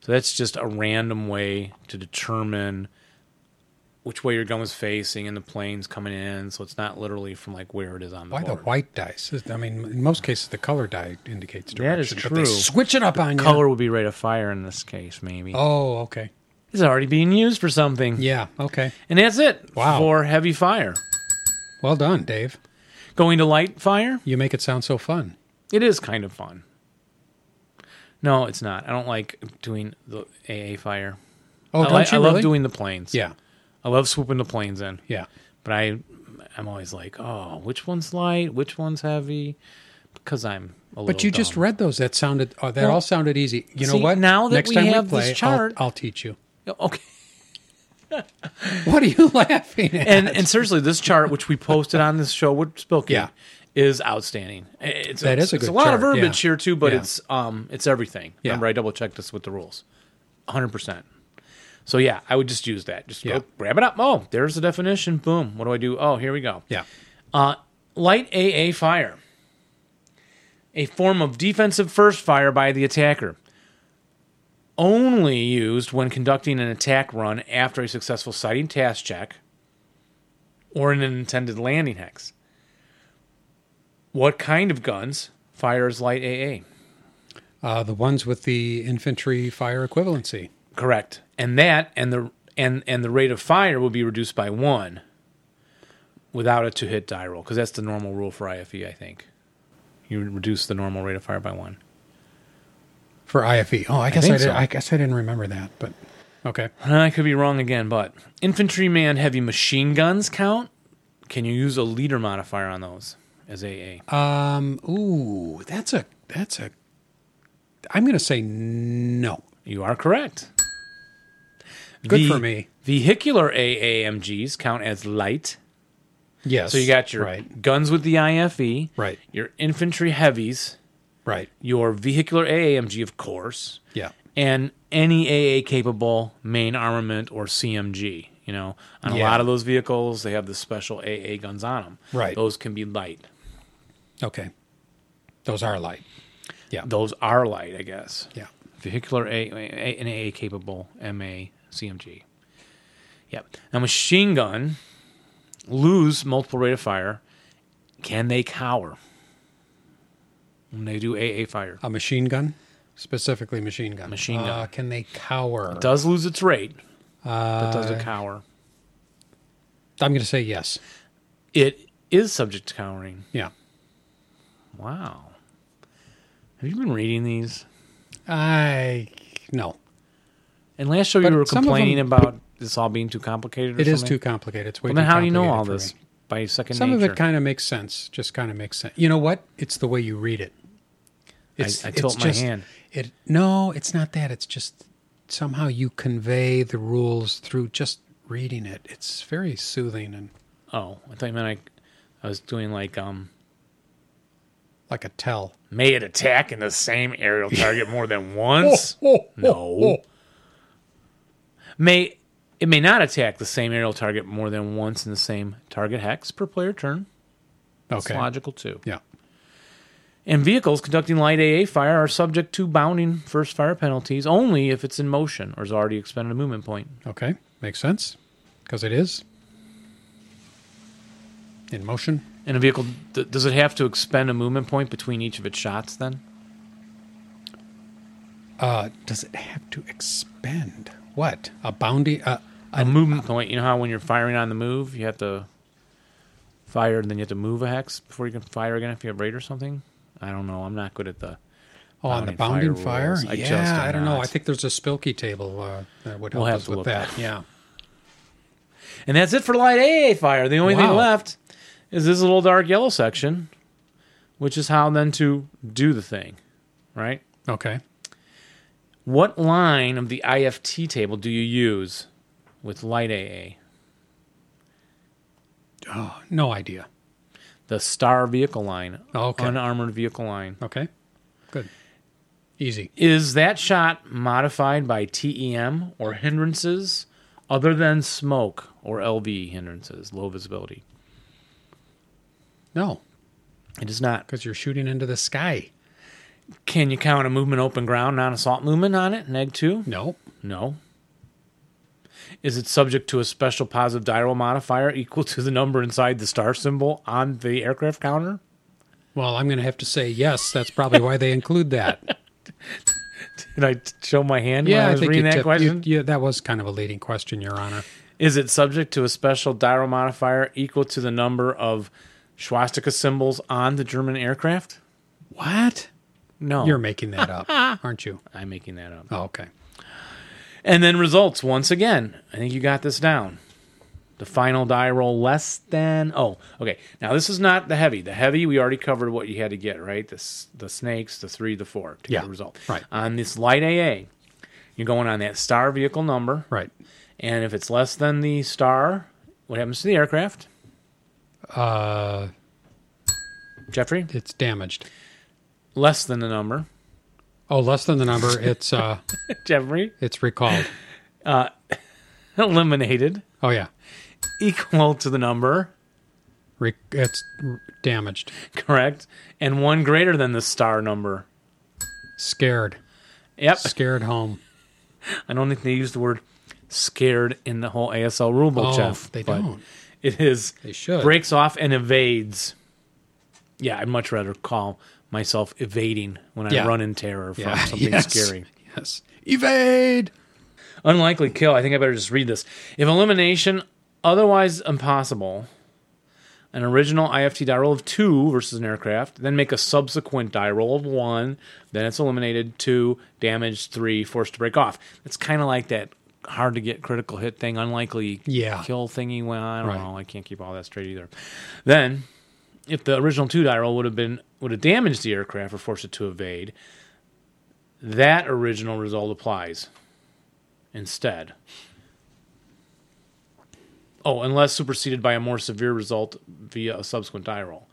So that's just a random way to determine which way your gun was facing and the planes coming in. So it's not literally from like where it is on the Why the board. white dice? I mean, in most cases, the color die indicates direction. That is But they true. switch it up on you. Color would be rate of fire in this case, maybe. Oh, okay. It's already being used for something. Yeah. Okay. And that's it Wow. for heavy fire. Well done, Dave. Going to light fire? You make it sound so fun. It is kind of fun. No, it's not. I don't like doing the AA fire. Oh, I, don't li- you I love really? doing the planes. Yeah, I love swooping the planes in. yeah. But I, I'm always like, oh, which one's light? Which one's heavy? Because I'm a little. But you just dumb. read those. That sounded. Oh, that Well, all sounded easy. You know see, what? now that next we time have we this play, I'll- chart- I'll, teach you. Okay. What are you laughing at? And and seriously, this chart which we posted on this show with Spokane Yeah. is outstanding. It's, That it's, is a it's good a lot of chart, verbiage yeah. here too, but Yeah. it's um it's everything. Yeah. Remember, I double checked this with the rules, hundred percent. So yeah, I would just use that. Just Yeah. go grab it up. Oh, there's the definition. Boom. What do I do? Oh, here we go. yeah, Uh, light AA fire, a form of defensive first fire by the attacker, only used when conducting an attack run after a successful sighting task check or in an intended landing hex. What kind of guns fires light AA? uh, the ones with the infantry fire equivalency. Correct. And that and the and and the rate of fire will be reduced by one without a two hit die roll because that's the normal rule for IFE. I think you reduce the normal rate of fire by one. for IFE. Oh, I guess I, think did. so. I guess I didn't remember that, but okay. And I could be wrong again, but infantryman heavy machine guns count. Can you use a leader modifier on those as AA? Um, ooh, that's a that's a. I'm gonna say no. You are correct. Good The for me. Vehicular AAMGs count as light Yes. So you got your right, guns with the IFE, Right. Your infantry heavies, right. your vehicular AAMG, of course, Yeah, and any AA capable main armament or CMG. You know, on a Yeah. lot of those vehicles, they have the special AA guns on them. Right. Those can be light. okay. Those are light. Those are light, I guess. Yeah, Vehicular AA, an AA capable MA CMG. Yep. Now, machine gun lose multiple rate of fire. Can they cower when they do AA fire? a machine gun, specifically machine gun. Machine Uh, gun. can they cower? does lose its rate, but does it Uh, cower? I'm gonna say yes. It is subject to cowering. Yeah. Wow. Have you been reading these? I no. And last show But you were some of them- complaining about this all being too complicated. Or It is something. too complicated. It's way Well, then too how do you know complicated all for this me. by second Some nature? of it kind of makes sense. Just kind of makes sense. You know what? It's the way you read it. I tilt my hand. It no, it's not that. It's just somehow you convey the rules through just reading it. It's very soothing and Oh, I thought you meant I, I was doing like um. like a tell. May it attack in the same aerial target more than once? no. May it may not attack the same aerial target more than once in the same target hex per player turn. That's Okay. logical too. Yeah. And vehicles conducting light AA fire are subject to bounding first fire penalties only if it's in motion or has already expended a movement point. Okay. Makes sense because it is in motion. And a vehicle d- does it have to expend a movement point between each of its shots then? Uh, does it have to expend what a bounty? Uh, A movement point. You know how when you're firing on the move, you have to fire and then you have to move a hex before you can fire again if you have rate or something. I don't know. I'm not good at the. Oh, on the Bounding bounding fire fire? rules. I yeah, just am I don't know. not. I think there's a Spilky table uh, that would help We'll have us to with look that. at Yeah. And that's it for light AA fire. The only thing Wow. left is this little dark yellow section, which is how then to do the thing, right? Okay. What line of the IFT table do you use with light AA? No idea. The star vehicle line, Okay. unarmored vehicle line. Okay. Good. Easy. Is that shot modified by TEM or hindrances other than smoke or LV hindrances, low visibility? No, It is not. because you're shooting into the sky. Can you count a movement open ground, non assault movement on it? Neg 2? No. No. Is it subject to a special positive die roll modifier equal to the number inside the star symbol on the aircraft counter? Well, I'm going to have to say yes. That's probably why they include that. Did I t- show my hand when I was think reading you that tipped- you- question? yeah, that was kind of a leading question, Your Honor. Is it subject to a special dial modifier equal to the number of swastika symbols on the German aircraft? What? No. You're making that up, aren't you? I'm making that up. Oh, okay. And then results once again. I think you got this down. The final die roll less than oh okay. Now this is not the heavy. The heavy we already covered what you had to get right. The s- the snakes, the three, the four to get Yeah, the result. right. On this light AA, you're going on that star vehicle number, Right. and if it's less than the star, what happens to the aircraft? Uh, Jeffrey, it's damaged. less than the number. Oh, less than the number. It's uh, Jeffrey it's recalled. eliminated Oh yeah, equal to the number Re- it's r- damaged. correct, and one greater than the star number. Scared. Yep. Scared home. I don't think they use the word scared in the whole ASL rulebook, Oh, Jeff. they but don't. It is They should. breaks off and evades. Yeah, I'd much rather call myself evading when I Yeah. run in terror from Yeah, something yes. scary. Yes. Evade. Unlikely kill. I think I better just read this. If elimination otherwise impossible, an original IFT die roll of two versus an aircraft, then make a subsequent die roll of one, then it's eliminated, two, damaged, three, forced to break off. It's kind of like that hard to get critical hit thing, unlikely Yeah. kill thingy. Well, I don't Right. know. I can't keep all that straight either. Then, if the original two die roll would have been would have damaged the aircraft or forced it to evade, that original result applies instead. Oh, unless superseded by a more severe result via a subsequent die roll.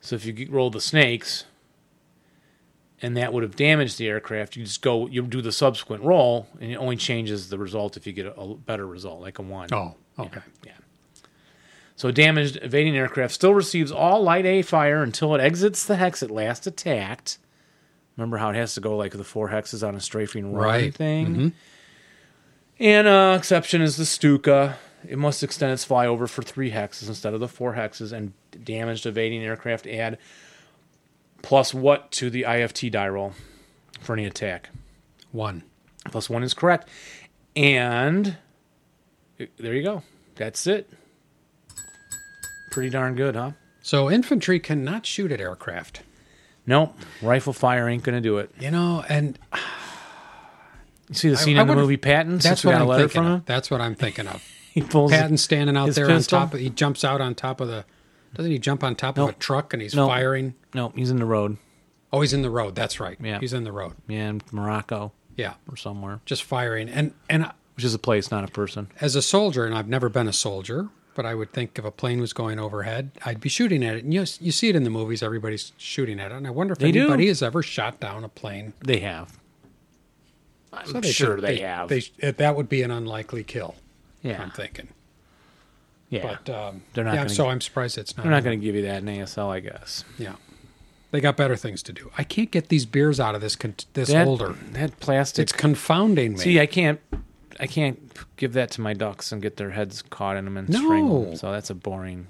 So if you g- roll the snakes, and that would have damaged the aircraft, you just go, you do the subsequent roll, and it only changes the result if you get a, a better result, like a one. Oh, okay. Yeah. So damaged evading aircraft still receives all light A fire until it exits the hex it last attacked. Remember how it has to go like the four hexes on a strafing roll Right. thing? And uh, exception is the Stuka. It must extend its flyover for three hexes instead of the four hexes, and damaged evading aircraft add plus what to the IFT die roll for any attack One. plus one is correct. And there you go. That's it. Pretty darn good, huh? So infantry cannot shoot at aircraft. Nope. Rifle fire ain't going to do it. You know, and You see the scene I in the would've- movie Patton? that's Since we what got I'm a letter thinking. from of. him. That's what I'm thinking of. He pulls Patton standing out his there pistol? on top. Of, he jumps out on top of the. Doesn't he jump on top of Nope. a truck and he's Nope. firing? No, he's in the road. Oh, he's in the road. That's right. Yeah. He's in the road. Yeah, in Morocco Yeah. or somewhere, Just firing. And and which is a place, not a person. as a soldier, and I've never been a soldier, but I would think if a plane was going overhead, I'd be shooting at it. And you you see it in the movies. Everybody's shooting at it. And I wonder if They do. anybody has ever shot down a plane. They have. I'm So sure should- they, have. They, that would be an unlikely kill. yeah. I'm thinking. yeah. But uh, um, They're not yeah, gonna- so I'm surprised it's not. They're not going to give you that in ASL, I guess. Yeah, they got better things to do. I can't get these beers out of this con- this That, holder. that plastic It's confounding me. See, I can't, I can't give that to my ducks and get their heads caught in them and strangle them. No. So that's a boring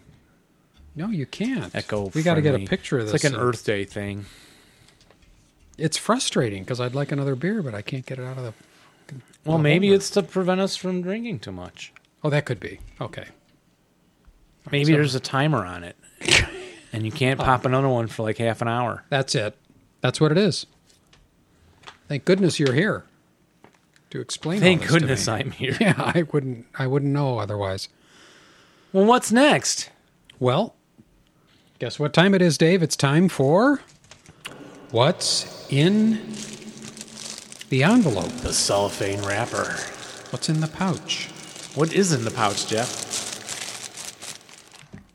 no, you can't. echo. We got to get a friendly- picture of this. It's like an and- Earth Day thing. It's frustrating because I'd like another beer, but I can't get it out of the. Well, maybe holder. it's to prevent us from drinking too much. Oh, that could be okay. Maybe there's a timer on it, and you can't Oh. pop another one for like half an hour. That's it. That's what it is. Thank goodness you're here to explain. all Thank this to goodness me. I'm here. Yeah, I wouldn't. I wouldn't know otherwise. Well, what's next? Well, guess what time it is, Dave? It's time for what's in the envelope. The cellophane wrapper. What's in the pouch? What is in the pouch, Jeff?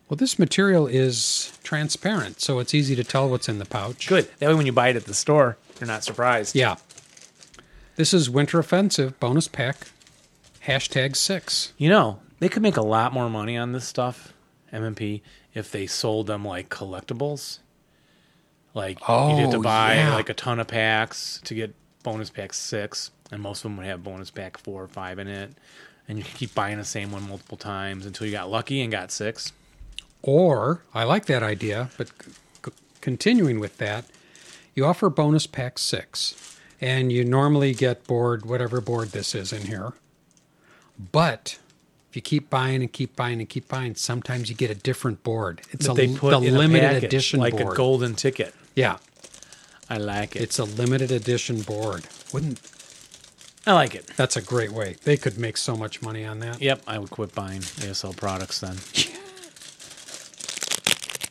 Well, this material is transparent, so it's easy to tell what's in the pouch. Good. That way, when you buy it at the store, you're not surprised. Yeah. This is Winter Offensive bonus pack, hashtag six. You know, they could make a lot more money on this stuff, MMP, if they sold them like collectibles. Like you'd have to Oh, buy yeah. like a ton of packs to get bonus pack six, and most of them would have bonus pack four or five in it, and you could keep buying the same one multiple times until you got lucky and got six. Or, I like that idea, but c- c- continuing with that, you offer bonus pack six, and you normally get board, whatever board this is in here. But If you keep buying and keep buying and keep buying, sometimes you get a different board. It's that a they put the in a limited package, edition like board. a golden ticket. Yeah, I like it. it's a limited edition board. Wouldn't I like it. that's a great way? They could make so much money on that. Yep, I would quit buying ASL products then.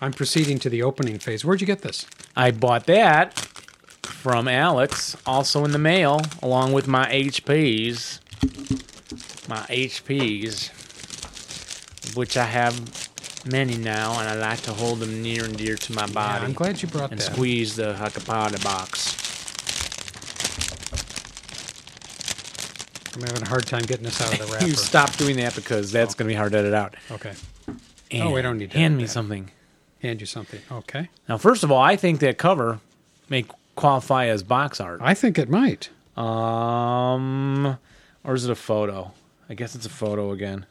I'm proceeding to the opening phase. Where'd you get this? I bought that from Alex, also in the mail, along with my HPs. My HPs, which I have many now, and I like to hold them near and dear to my body. Yeah, I'm glad you brought and that. squeeze the Hakapata box. I'm having a hard time getting this out of the wrapper. You stop doing that because that's going to be hard to edit out. Okay. And Oh, we don't need to Hand edit me that. something. Hand you something. Okay. Now, first of all, I think that cover may qualify as box art. I think it might. Um, or is it a photo? I guess it's a photo again.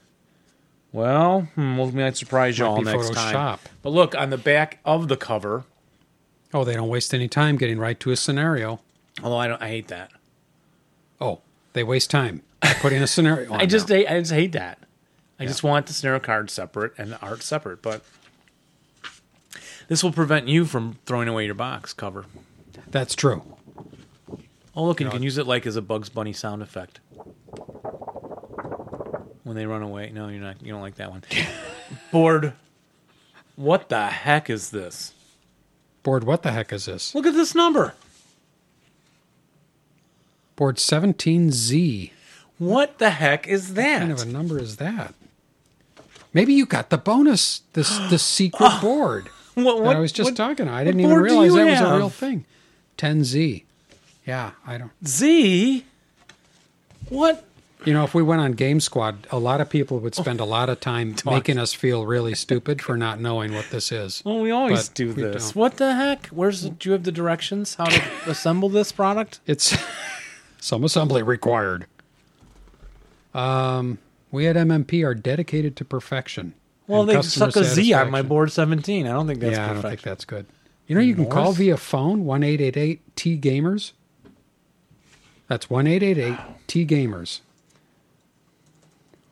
Well, hmm, we might surprise you Might all be next time. Photoshop. But look on the back of the cover. Oh, they don't waste any time getting right to a scenario. Although I don't, I hate that. Oh, they waste time putting a scenario. on I just, now. hate, I just hate that. I just want the snare card separate and the art separate. But this will prevent you from throwing away your box cover. that's true. Oh, look, and you can use it like as a Bugs Bunny sound effect when they run away. No, you're not. You don't like that one. Board. What the heck is this? Board, what the heck is this? Look at this number. Board 17Z. What the heck is that? What kind of a number is that? Maybe you got the bonus, this the secret board what, that Oh. what- I was just what- talking. about. I what didn't even board do realize you that was a have? real thing. 10Z. Yeah, I don't. Z. What? You know, if we went on Game Squad, a lot of people would spend a lot of time making us feel really stupid for not knowing what this is. Well, we always But do we this. don't. What the heck? Where's? Do you have the directions how to assemble this product? It's some assembly required. Um, we at MMP are dedicated to perfection. Well, and they customer stuck a Z on my satisfaction. board 17. I don't think that's yeah, I perfect. don't think that's good. You know, you can call North? via phone one eight eight eight T Gamers. That's one eight eight eight T Gamers.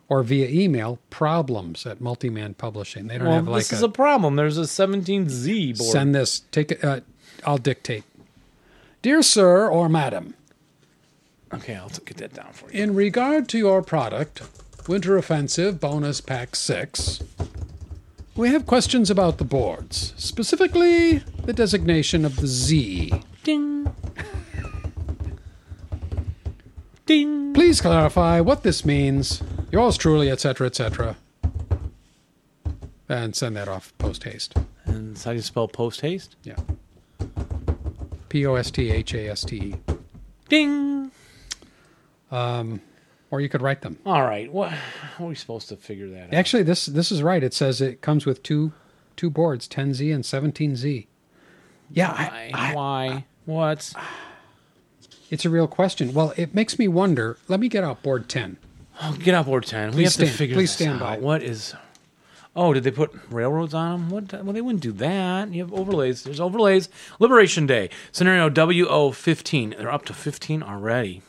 Or via email problems at Multiman Publishing. They don't Well, have like this is a problem. There's a 17Z board. Send this. Take it. Uh, I'll dictate. Dear sir or madam, Okay, I'll get that down for you. in regard to your product, Winter Offensive Bonus Pack 6, we have questions about the boards, specifically the designation of the Z. Ding. Ding. Please clarify what this means. Yours truly, etc., etc. And send that off post haste. And that's how do you spell post haste? Yeah. P O S T H A S T E. Ding. Or you could write them. All right. What how are we supposed to figure that out? Actually, this this is right. It says it comes with two two boards, 10Z and 17Z. Yeah, I, Why? I- Why? What? it's a real question. Well, it makes me wonder. Let me get out board 10. Oh, get out board ten. We Please have to stand- figure please this stand out. by. What is? Oh, did they put railroads on them? What? the- Well, they wouldn't do that. You have overlays. There's overlays. Liberation Day scenario WO fifteen. They're up to fifteen already.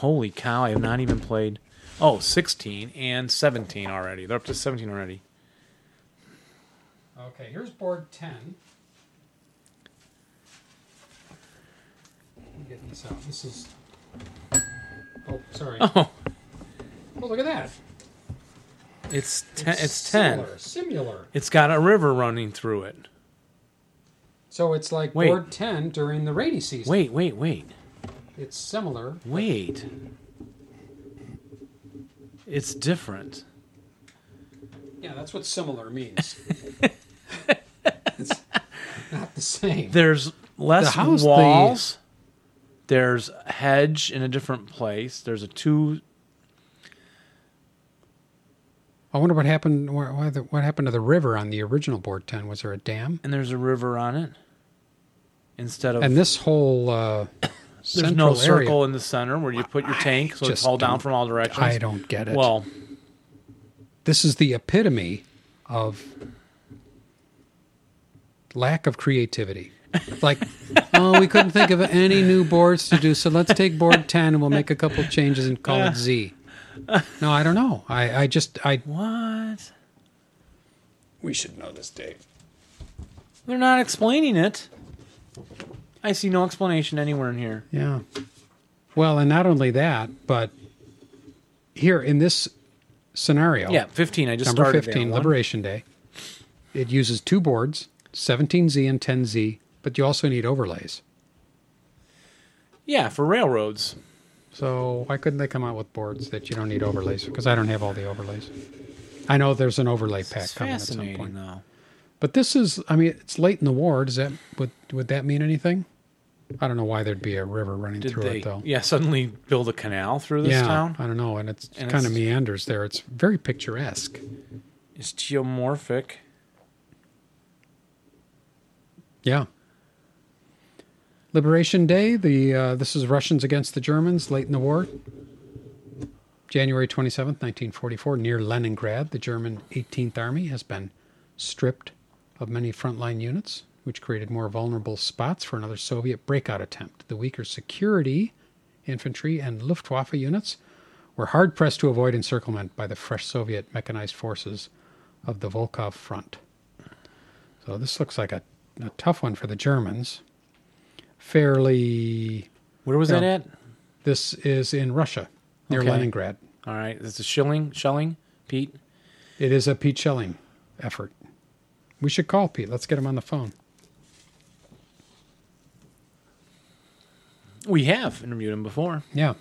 Holy cow! I have not even played. Oh, 16 and seventeen already. They're up to seventeen already. Okay, here's board 10. I'm getting this out. This is. Oh, sorry. Oh, Oh, look at that. it's ten. It's, ten. Similar. similar. It's got a river running through it. So it's like Wait. board 10 during the rainy season. Wait, wait, wait, It's similar. wait. It's different. Yeah, that's what similar means. it's not the same. there's less The house, the- walls. There's a hedge in a different place. There's a two. I wonder what happened. Why, why the, what happened to the river on the original board 10? Was there a dam? and there's a river on it. Instead of And this whole uh, there's central no area- circle in the center where you put your tank, so it's just all down don't- from all directions. I don't get it. Well, this is the epitome of lack of creativity. Like, oh, we couldn't think of any new boards to do, so let's take board 10 and we'll make a couple changes and call it Z. No, I don't know. I, I just I What? we should know this, Dave. They're not explaining it. I see no explanation anywhere in here. Yeah. Well, and not only that, but here in this scenario, Yeah, 15. I just number started. 15, that one. Liberation Day, it uses two boards, 17Z and 10Z, but you also need overlays. Yeah, for railroads. So why couldn't they come out with boards that you don't need overlays? Because I don't have all the overlays. I know there's an overlay pack It's coming at some point. fascinating, though. But this is, I mean, it's late in the war. Does that would would that mean anything? I don't know why there'd be a river running Did through they? it though. Yeah, suddenly build a canal through this town. I don't know, and it's And kind of it's- meanders there. It's very picturesque. It's geomorphic. Yeah. Liberation Day. The uh, this is Russians against the Germans late in the war. January twenty seventh, nineteen forty four, near Leningrad, the German Eighteenth Army has been stripped of many frontline units, which created more vulnerable spots for another Soviet breakout attempt. The weaker security, infantry, and Luftwaffe units were hard pressed to avoid encirclement by the fresh Soviet mechanized forces of the Volkov Front. So this looks like a, a tough one for the Germans. Fairly, Where was Yeah. that at? this is in Russia, near Okay. Leningrad. All right, it's a shilling, shelling, Pete. It is a Pete Schelling effort. We should call Pete. Let's get him on the phone. We have interviewed him before. Yeah.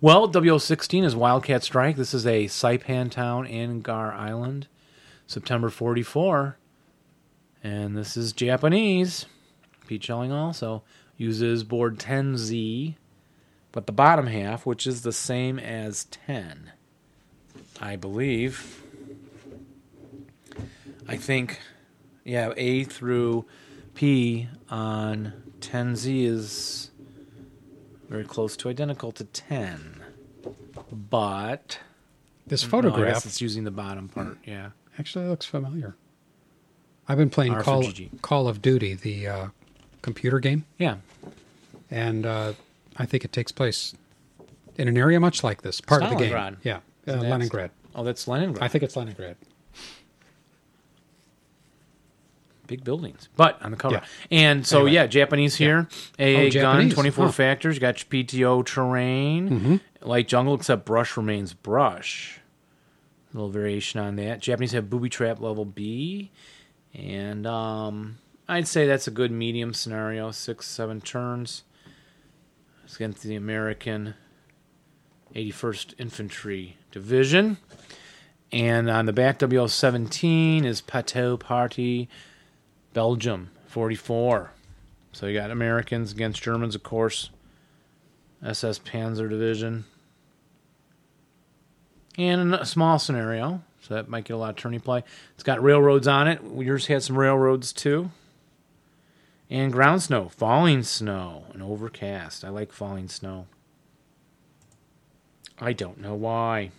Well, WO16 is Wildcat Strike. This is a Saipan town in Gar Island, September 44. And this is Japanese. Pete Schelling also uses board 10Z, but the bottom half, which is the same as 10, I believe. I think, yeah, A through P on 10Z is very close to identical to 10 but This Mm, No, I guess photograph it's using the bottom part yeah actually looks familiar. I've been playing R for Call, GG. Call of Duty, the uh, computer game, yeah and uh, I think it takes place in an area much like this part of the game. Stalingrad. Yeah, uh, Isn't that- Leningrad. oh that's leningrad I think it's Leningrad. big buildings but on the cover Yeah. and so Anyway. yeah japanese here AA Oh, gun Japanese. 24 Huh. Mm-hmm. factors you got your pto terrain like jungle except brush remains brush a little variation on that japanese have booby trap level b and um i'd say that's a good medium scenario six seven turns It's against the american 81st Infantry Division. And on the back, WL17 is Pateau Party, Belgium, 44. So you got Americans against Germans, of course, SS Panzer Division. And a small scenario, so that might get a lot of turning play. It's got railroads on it. Yours had some railroads too. And ground snow, falling snow, and overcast. I like falling snow. I don't know why.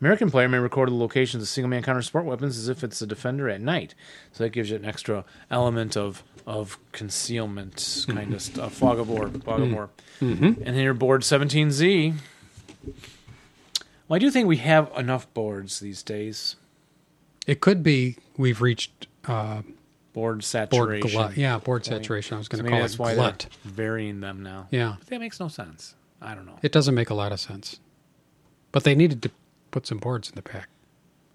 American player may record the locations of single man counter support weapons as if it's a defender at night. So that gives you an extra element of of concealment kind of stuff. Fog of war, fog Hmm. of war. Mm-hmm. And then your board 17Z. Well, I do think we have enough boards these days. It could be we've reached uh, Board board saturation. glut. Yeah, board saturation. I was So going to maybe call that's it why glut. they're varying them now. Yeah. But that makes no sense. I don't know. It doesn't make a lot of sense. But they needed to put some boards in the pack.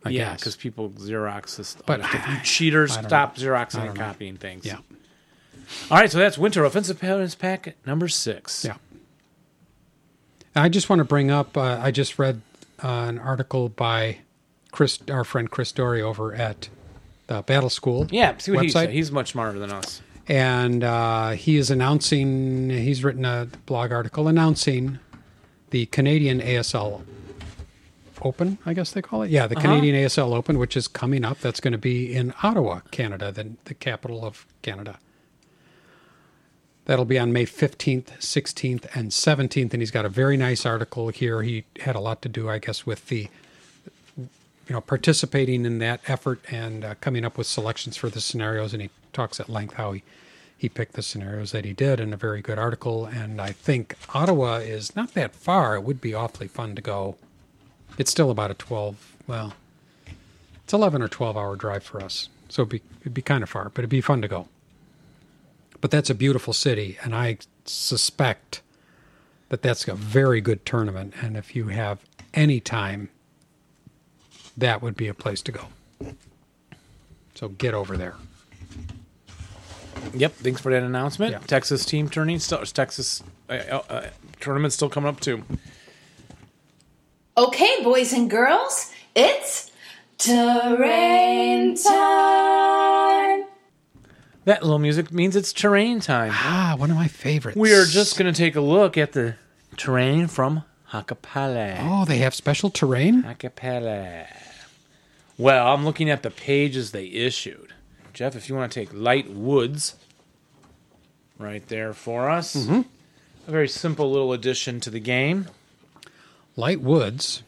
I yeah, guess. because people Xerox this. But But I- you cheaters, I don't stop know. I Xeroxing don't and know. copying things. Yeah. All right, so that's Winter Offensive Patterns Packet number six. Yeah. I just want to bring up uh, I just read uh, an article by Chris, our friend Chris Dory over at the Battle School. Yeah, see what he Website? said. He's much smarter than us. and uh, he is announcing he's written a blog article announcing the canadian asl open i guess they call it yeah the canadian asl open which is coming up that's going to be in ottawa canada the, the capital of canada that'll be on may 15th 16th and 17th and he's got a very nice article here he had a lot to do i guess with the you know, participating in that effort and uh, coming up with selections for the scenarios. And he talks at length how he he picked the scenarios that he did in a very good article. And I think Ottawa is not that far. It would be awfully fun to go. It's still about a 12, well, it's 11 or 12 hour drive for us. So it'd be, it'd be kind of far, but it'd be fun to go. But that's a beautiful city. And I suspect that that's a very good tournament. And if you have any time, that would be a place to go. So get over there. Yep. Thanks for that announcement. Yeah. Texas team turning still Texas uh, uh, tournament still coming up too. Okay, boys and girls, it's terrain time. That little music means it's terrain time. Ah, one of my favorites. We are just going to take a look at the terrain from Hakapale. Oh, they have special terrain? Hakapale. Well, I'm looking at the pages they issued. Jeff, if you want to take light woods right there for us. A very simple little addition to the game. Light woods.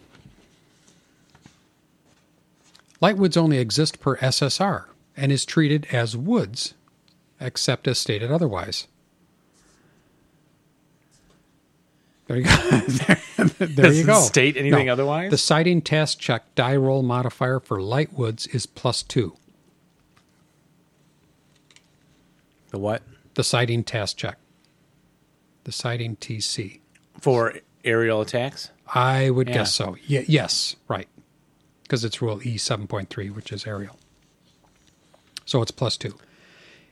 Light woods only exist per SSR and is treated as woods, except as stated otherwise. There you go. there you Doesn't go. state anything otherwise? The sighting test check die roll modifier for light woods is plus two. The what? The sighting task check. The sighting TC. For aerial attacks. I would Yeah. guess so. Ye- yes, right. Because it's rule E seven point three, which is aerial. So it's plus two.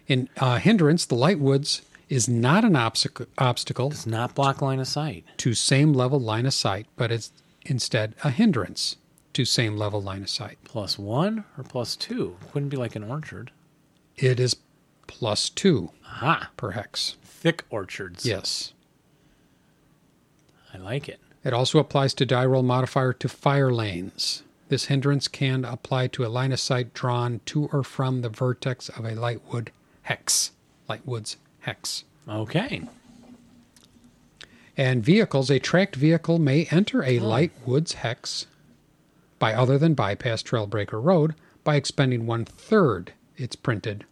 In uh, hindrance, the light woods is not an obstac- obstacle Does not block line of sight. to same level line of sight, but it's instead a hindrance to same level line of sight. Plus one or plus two? Wouldn't be like an orchard. It is plus two Aha. per hex. Thick orchards. Yes. I like it. It also applies to die roll modifier to fire lanes. This hindrance can apply to a line of sight drawn to or from the vertex of a lightwood hex. Lightwood's hex. Okay. And vehicles, a tracked vehicle may enter a lightwood's hex by other than bypass Trailbreaker Road by expending one third its printed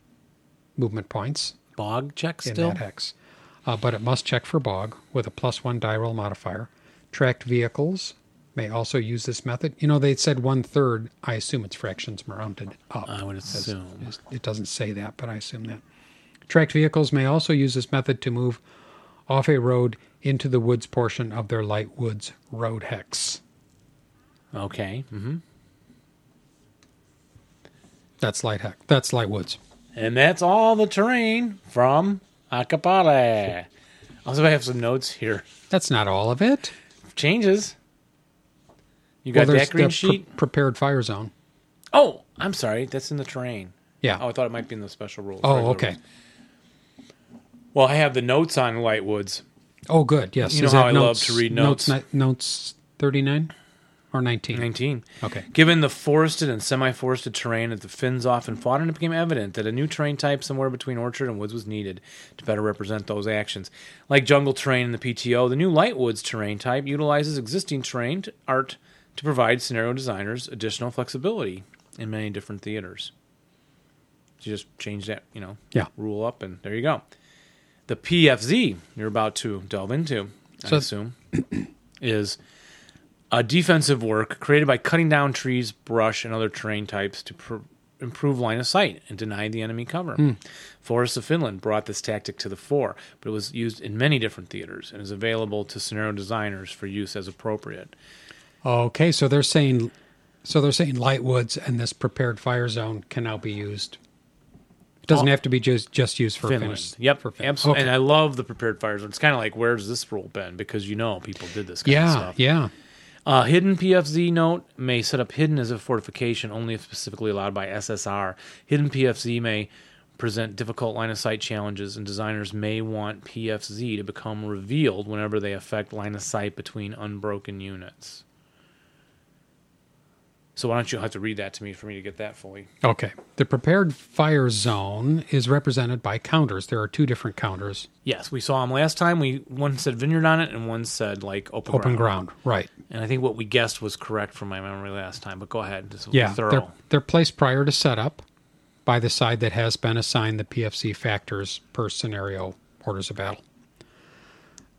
movement points Bog check in still? that hex. Uh, but it must check for bog with a plus one die roll modifier. Tracked vehicles may also use this method. You know, they said one third. I assume it's fractions rounded up. I would As- assume. as- It doesn't say that, but I assume that. Tracked vehicles may also use this method to move off a road into the woods portion of their light woods road hex. Okay. hmm That's light hex. That's light woods. And that's all the terrain from Acapale. Also, I have some notes here. That's not all of it. Changes. You got there's that green the pre- sheet? prepared fire zone. Oh, I'm sorry. That's in the terrain. Yeah. Oh, I thought it might be in the special rules. oh, regular okay. rules. Well, I have the notes on Lightwoods. Oh, good. Yes. You know Is that how I love to read Notes, ni- notes 39 or 19? 19. Okay. Given the forested and semi forested terrain that the Finns often fought in, it became evident that a new terrain type somewhere between orchard and woods was needed to better represent those actions. Like jungle terrain in the PTO, the new light woods terrain type utilizes existing terrain to- art to provide scenario designers additional flexibility in many different theaters. So you just change that, you know, Yeah. rule up, and there you go. The PFZ you're about to delve into, So- I assume, is a defensive work created by cutting down trees, brush, and other terrain types to pr- improve line of sight and deny the enemy cover. Hmm. Forests of Finland brought this tactic to the fore, but it was used in many different theaters and is available to scenario designers for use as appropriate. Okay. So they're saying, so they're saying light woods and this prepared fire zone can now be used. It doesn't Oh. have to be just, just used for Finland. Finnish. Yep, For Finland. absolutely. Okay. And uh, I love the prepared fires. It's kind of like, where's this rule been? Because you know people did this kind of yeah. stuff. Yeah. A hidden PFZ note may set up hidden as a fortification only if specifically allowed by SSR. Hidden PFZ may present difficult line of sight challenges, and designers may want PFZ to become revealed whenever they affect line of sight between unbroken units. So why don't you have to read that to me for me to get that fully? Okay. The prepared fire zone is represented by counters. There are two different counters. Yes, we saw them last time. We one said vineyard on it, and one said like open, Open ground. Right. And I think what we guessed was correct from my memory last time. But go ahead. This will be Yeah. thorough. They're, they're placed prior to setup. by the side that has been assigned the PFC factors per scenario orders of battle.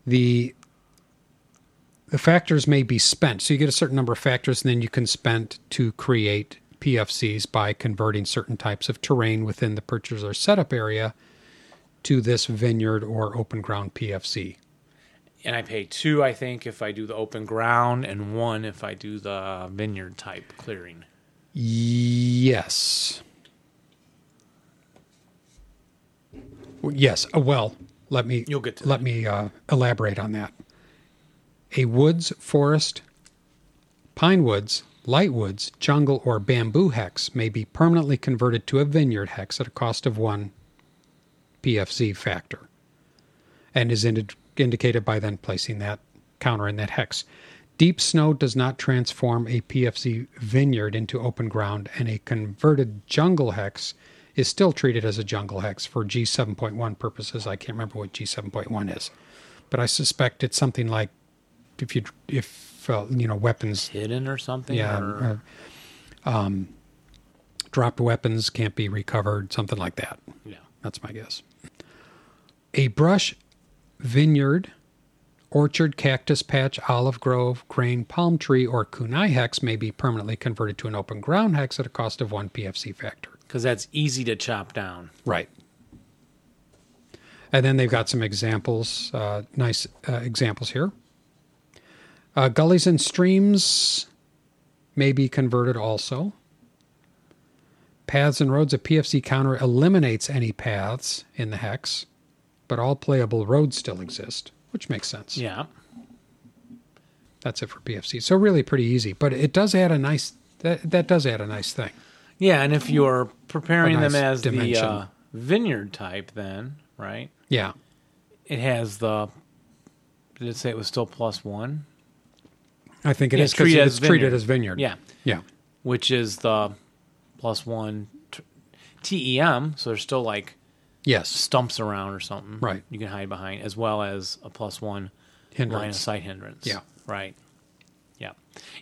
The the factors may be spent. So you get a certain number of factors, and then you can spend to create PFCs by converting certain types of terrain within the purchaser setup area to this vineyard or open ground PFC. And I pay two, I think, if I do the open ground, and one if I do the vineyard type clearing. Yes. Well, Yes. Uh, Well, let me. You'll get to let me uh, elaborate on that. A woods, forest, pine woods, light woods, jungle, or bamboo hex may be permanently converted to a vineyard hex at a cost of one PFC factor, and is indi- indicated by then placing that counter in that hex. Deep snow does not transform a PFC vineyard into open ground, and a converted jungle hex is still treated as a jungle hex for G7.1 purposes. I can't remember what G7.1 is, but I suspect it's something like if you if uh, you know weapons Hidden or something? yeah, or- or, um, dropped weapons can't be recovered, something like that. yeah. That's my guess. A brush, vineyard, orchard, cactus patch, olive grove, grain, palm tree, or kunai hex may be permanently converted to an open ground hex at a cost of one PFC factor. Because that's easy to chop down. Right. And then they've got some examples, uh, nice uh, examples here. Uh, gullies and streams may be converted also. Paths and roads, a PFC counter eliminates any paths in the hex, but all playable roads still exist, which makes sense. Yeah. That's it for PFC. So really pretty easy, but it does add a nice that, that does add a nice thing. Yeah, and if you're preparing A nice them as dimension. the uh, vineyard type, then right, Yeah. it has the. Did it say it was still plus one? I think it Yeah, is 'cause treated as it's treated vineyard. as vineyard. Yeah, Yeah. which is the plus one t- TEM. So there's still like Yes. stumps around or something, Right. You can hide behind, as well as a plus one line of Hindrance. sight hindrance. Yeah. right. Yeah,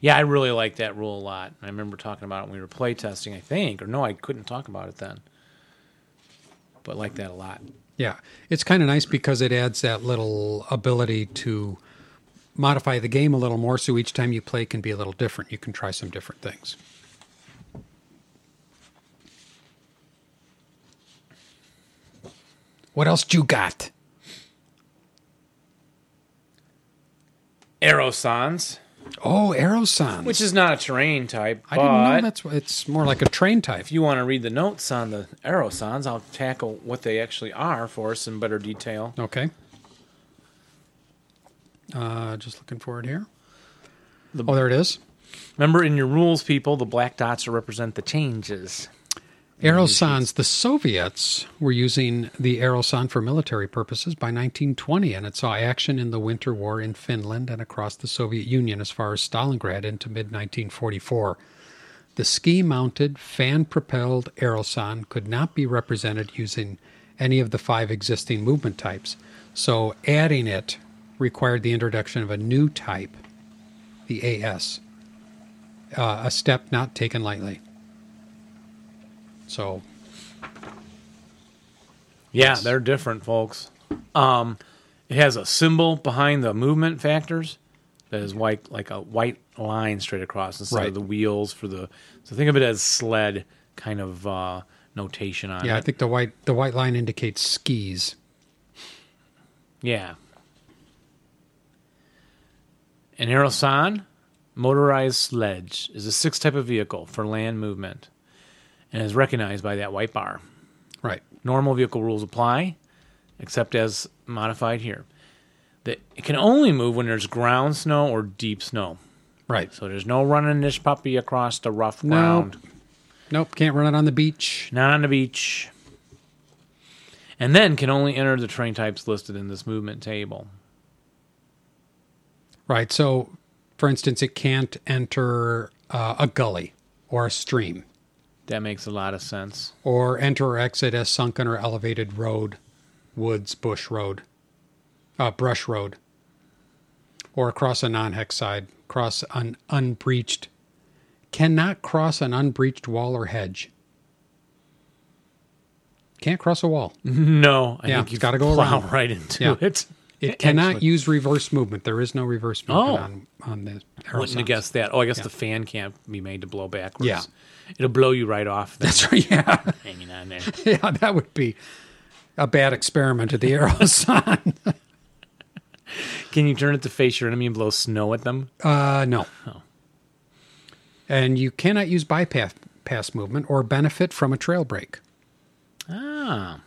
yeah. I really like that rule a lot. I remember talking about it when we were playtesting. I think, or no, I couldn't talk about it then, but like that a lot. Yeah, it's kind of nice because it adds that little ability to modify the game a little more. So each time you play can be a little different. You can try some different things. What else you got? Aerosons, Oh, Aerosons. which is not a terrain type, I but didn't know that's what it's more like a train type. if you want to read the notes on the Aerosons, I'll tackle what they actually are for us in better detail. Okay. Uh, just looking for it here. The- oh, there it is. Remember, in your rules, people, the black dots represent the changes. Aerosans, the Soviets were using the Aerosan for military purposes by 1920, and it saw action in the Winter War in Finland and across the Soviet Union as far as Stalingrad into mid 1944. The ski mounted, fan propelled Aerosan could not be represented using any of the five existing movement types, so adding it required the introduction of a new type, the AS, uh, a step not taken lightly. So Yeah, they're different, folks. Um, it has a symbol behind the movement factors that is white, like a white line straight across instead Right. of the wheels for the. So think of it as sled kind of uh, notation on Yeah, I it. think the white the white line indicates skis. Yeah. An Aerosan motorized sledge is a sixth type of vehicle for land movement and is recognized by that white bar. Right. Normal vehicle rules apply, except as modified here. That it can only move when there's ground snow or deep snow. Right. So there's no running this puppy across the rough Nope. ground. Nope, can't run it on the beach. Not on the beach. And then can only enter the terrain types listed in this movement table. Right. So for instance, it can't enter uh, a gully or a stream That makes a lot of sense. or enter or exit a sunken or elevated road, woods, bush road, uh, brush road, or across a non-hex side, cross an unbreached cannot cross an unbreached wall or hedge. Can't cross a wall. No, I Yeah, think it's you've gotta go plow around. right into Yeah. it. It cannot E-, Excellent. use reverse movement. There is no reverse Oh. movement on, on the arrow Wouldn't have sounds. guessed that. Oh, I guess the fan can't be made to blow backwards. Yeah. it'll blow you right off. That's That's right. Yeah. hanging on there. yeah, that would be a bad experiment at the arrow sign. Can you turn it to face your enemy and blow snow at them? Uh, no. Oh. And you cannot use bypass pass movement or benefit from a trail break. Ah,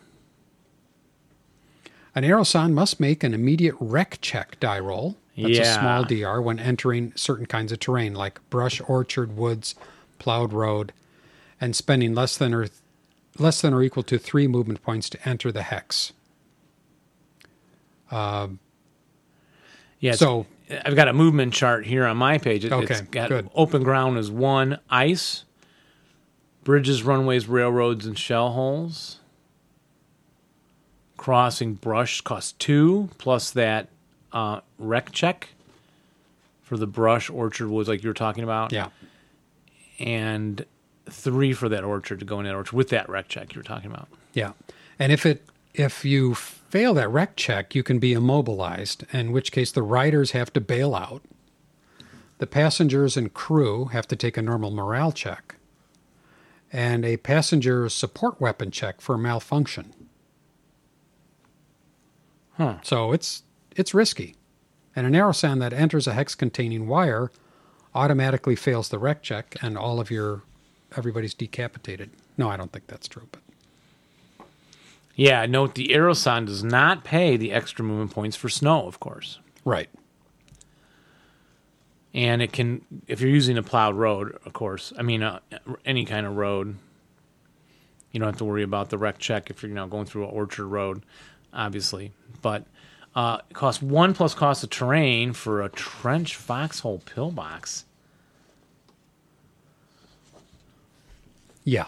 An Aerosan must make an immediate wreck check die roll. That's a Yeah. small DR when entering certain kinds of terrain like brush, orchard, woods, plowed road, and spending less than or less than or equal to three movement points to enter the hex. yeah. it's- So- I've got a movement chart here on my page. It, has Okay, got good. open ground is one, ice, bridges, runways, railroads, and shell holes. Crossing brush costs two plus that uh, wreck check for the brush, orchard, woods, like you were talking about. Yeah. and three for that orchard to go in that orchard with that rec check you were talking about. Yeah. And if it if you fail that rec check, you can be immobilized, in which case the riders have to bail out. The passengers and crew have to take a normal morale check and a passenger support weapon check for malfunction. Huh. So it's it's risky. And an arrow sound that enters a hex containing wire automatically fails the rec check and all of your everybody's decapitated. No, I don't think that's true, but Yeah, note the Aerosan does not pay the extra movement points for snow, of course. right. And it can, if you're using a plowed road, of course, I mean, uh, any kind of road, you don't have to worry about the rec check if you're you know, going through an orchard road, obviously. But uh, it costs one plus cost of terrain for a trench foxhole pillbox. Yeah.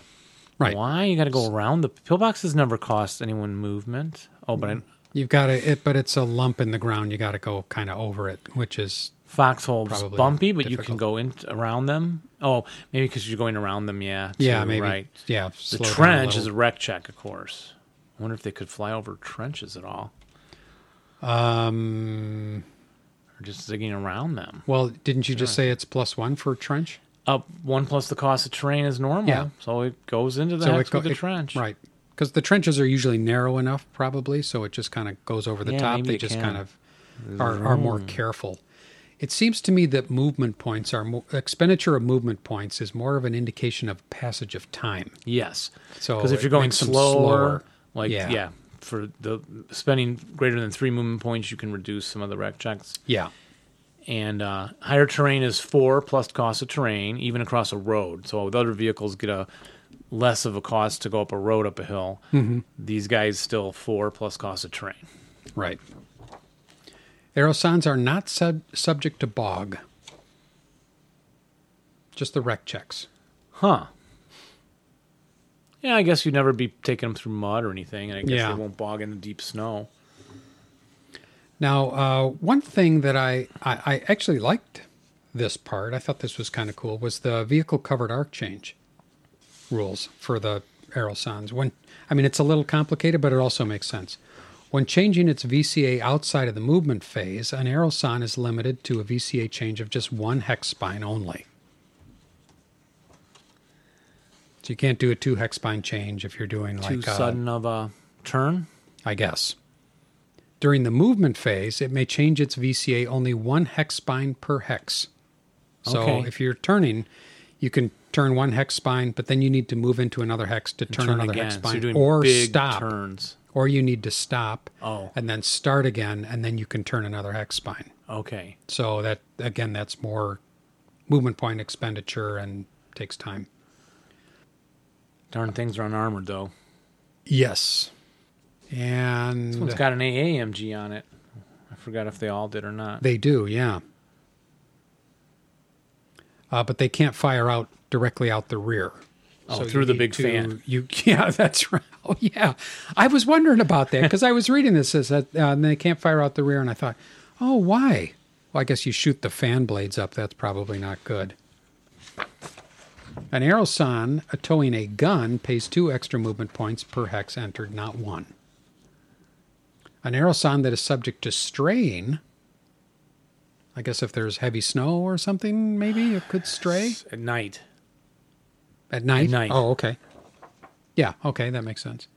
Right. Why? You got to go around the pillboxes, never cost anyone movement. Oh, but I. You've got to it, but it's a lump in the ground. You got to go kind of over it, which is foxholes Probably bumpy, but you can difficult. go in around them. Oh, maybe because you're going around them. Yeah. yeah, too, maybe Right. yeah. The slow down a trench little. is a wreck check, of course. I wonder if they could fly over trenches at all, um. or just zigging around them. Well, didn't you just say it's plus one for trench? Up one plus the cost of terrain is normal, Yeah. so it goes into the hex it go- with the it- trench. right? Because the trenches are usually narrow enough, probably, so it just kind of goes over the Yeah, top. maybe They it just can. kind of are, are more careful. It seems to me that movement points are mo- expenditure of movement points is more of an indication of passage of time. Yes. So because Oh, if it you're going makes them slower, slower. like Yeah. yeah. for the spending greater than three movement points, you can reduce some of the wreck checks. Yeah, and uh, higher terrain is four plus cost of terrain, even across a road. So with other vehicles get a less of a cost to go up a road up a hill. Mm-hmm. These guys still four plus cost of terrain. right. Aerosans are not sub- subject to bog. Just the wreck checks. Huh. Yeah, I guess you'd never be taking them through mud or anything, and I guess Yeah. they won't bog in the deep snow. Now, uh, one thing that I, I, I actually liked this part, I thought this was kind of cool, was the vehicle covered arc change rules for the Aerosans. When I mean, it's a little complicated, but it also makes sense. When changing its VCA outside of the movement phase, an Aerosan is limited to a VCA change of just one hex spine only. So you can't do a two hex spine change if you're doing like Too uh, sudden of a turn. I guess. During the movement phase, it may change its VCA only one hex spine per hex. So Okay. if you're turning, you can turn one hex spine, but then you need to move into another hex to turn, another hex So you're spine doing or big stop. turns. Or you need to stop Oh. and then start again, and then you can turn another hex spine. Okay. So that, again, that's more movement point expenditure and takes time. Darn things are unarmored though. Yes. And This one's got an AAMG on it. I forgot if they all did or not. They do, yeah. Uh, but they can't fire out directly out the rear. Oh, through you the need big to- fan. You, yeah, that's right. Oh, yeah. I was wondering about that because I was reading this as that, uh, and they can't fire out the rear, and I thought, oh, why? Well, I guess you shoot the fan blades up. That's probably not good. An arrow sawn towing a gun pays two extra movement points per hex entered, not one. An arrow sawn that is subject to straying. I guess if there's heavy snow or something, maybe it could stray At night. at night. At night. Oh, okay. Yeah, okay, that makes sense.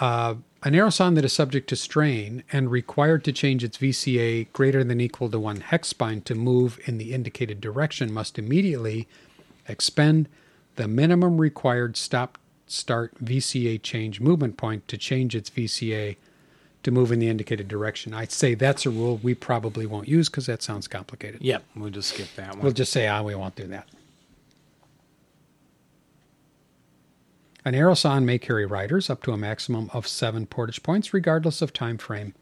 Uh, an arrow sawn that is subject to strain and required to change its VCA greater than equal to one hex spine to move in the indicated direction must immediately expend the minimum required stop start VCA change movement point to change its VCA to move in the indicated direction. I'd say that's a rule we probably won't use because that sounds complicated. Yep. We'll just skip that one. We'll just say, ah, we won't do that. An aerosan may carry riders up to a maximum of seven portage points, regardless of time frame,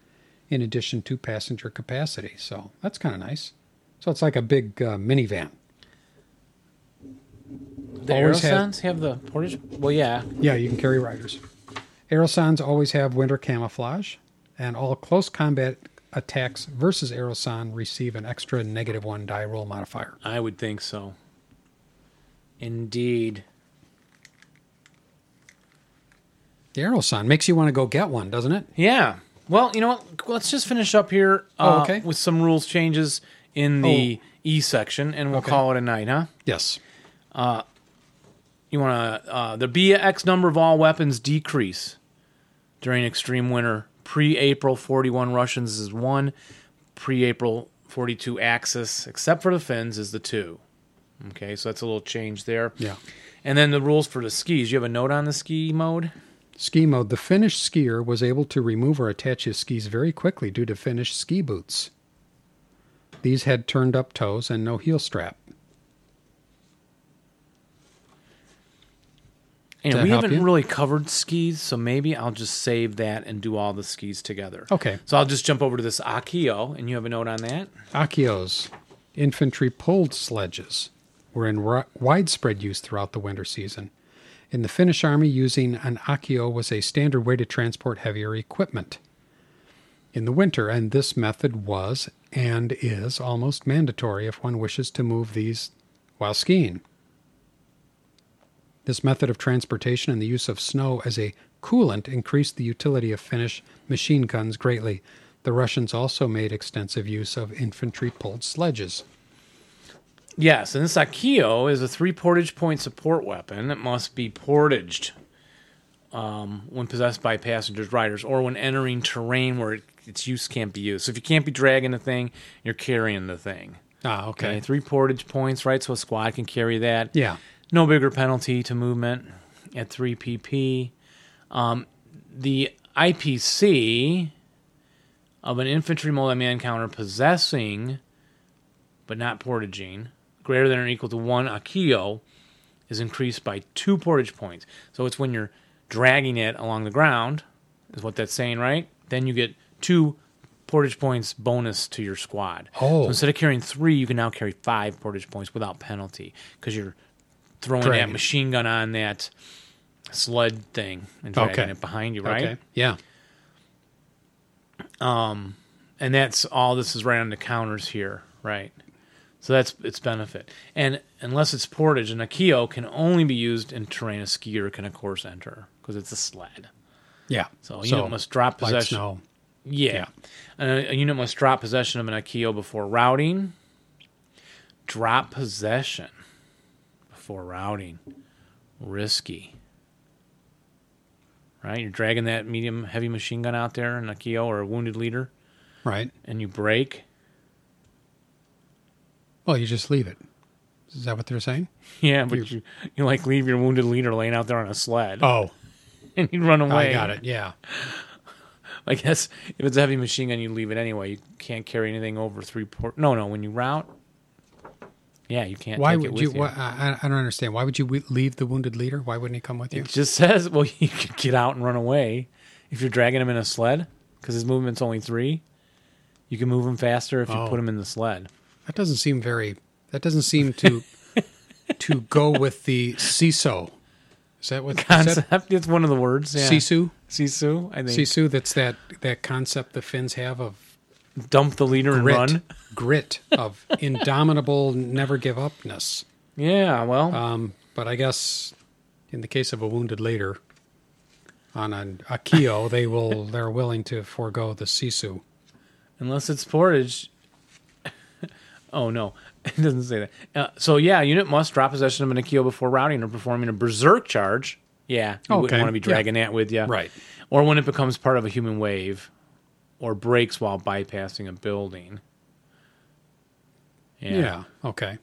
in addition to passenger capacity. So that's kind of nice. So it's like a big uh, minivan. the always had- Aerosons have the portage. Well, yeah. Yeah, you can carry riders. Aerosans always have winter camouflage, and all close combat attacks versus aerosan receive an extra negative one die roll modifier. I would think so. Indeed. The aerosan makes you want to go get one, doesn't it? Yeah. Well, you know what? Let's just finish up here Oh, uh, okay. Oh. with some rules changes in the E section, and we'll Okay. call it a night, huh? Yes. You want to uh, there be a X number of all weapons decrease during extreme winter. Pre-April 41 Russians is one. Pre-April 42 Axis, except for the Finns, is the two. Okay, so that's a little change there. Yeah. And then the rules for the skis. You have a note on the ski mode. Ski mode. The Finnish skier was able to remove or attach his skis very quickly due to Finnish ski boots. These had turned up toes and no heel strap. And that we help haven't you? really covered skis, so maybe I'll just save that and do all the skis together. Okay. So I'll just jump over to this Akio, and you have a note on that. Akios, infantry pulled sledges, were in ri- widespread use throughout the winter season. In the Finnish army, using an akio was a standard way to transport heavier equipment in the winter, and this method was and is almost mandatory if one wishes to move these while skiing. This method of transportation and the use of snow as a coolant increased the utility of Finnish machine guns greatly. The Russians also made extensive use of infantry pulled sledges. Yes, and this Akio is a three portage point support weapon. It must be portaged um, when possessed by passengers, riders, or when entering terrain where it, its use can't be used. So if you can't be dragging the thing, you're carrying the thing. Ah, Okay, three portage points, right? So a squad can carry that. Yeah. no bigger penalty to movement at 3 pp. Um, the IPC of an infantry multi-man counter possessing, but not portaging, greater than or equal to one akio, is increased by two portage points. So it's when you're dragging it along the ground, is what that's saying, right? Then you get two portage points bonus to your squad. Oh. So instead of carrying three, you can now carry five portage points without penalty because you're throwing Dragging that it. machine gun on that sled thing and dragging Okay. it behind you, right? Okay. Yeah. And that's all this is right on the counters here, right? So that's its benefit. And unless it's portage, an Akio can only be used in terrain a skier can, of course, enter because it's a sled. Yeah. So a unit must drop light possession. snow. Yeah. Uh, A, a unit must drop possession of an Akio before routing. Drop possession before routing. Risky. Right? You're dragging that medium heavy machine gun out there, an Akio or a wounded leader, Right. and you break. Well, you just leave it. Is that what they're saying? Yeah, but you, you like leave your wounded leader laying out there on a sled Oh, and you run away. I got it. Yeah. I guess if it's a heavy machine gun, you leave it anyway. You can't carry anything over three port. No, no. When you route, yeah, you can't. Why take it would with you? Why, I, I- I don't understand. Why would you we- leave the wounded leader? Why wouldn't he come with you? It just says, well, you could get out and run away if you're dragging him in a sled because his movement's only three. You can move him faster if you Oh. put him in the sled. That doesn't seem very. That doesn't seem to to go with the CISO. Is that what is that Concept. It's one of the words. Yeah. Sisu? Sisu. I think. CISO? That's that that concept the Finns have of Dump the leader grit, and run. grit of indomitable never give upness. Yeah, well, Um, but I guess in the case of a wounded later on an, a Keo, they will they're willing to forego the sisu. unless it's portage. oh no, it doesn't say that. Uh, so yeah, unit must drop possession of an Akio before routing or performing a berserk charge. Yeah, you Okay, wouldn't want to be yeah. dragging that with you, Right. Or when it becomes part of a human wave, or breaks while bypassing a building. Yeah. Okay.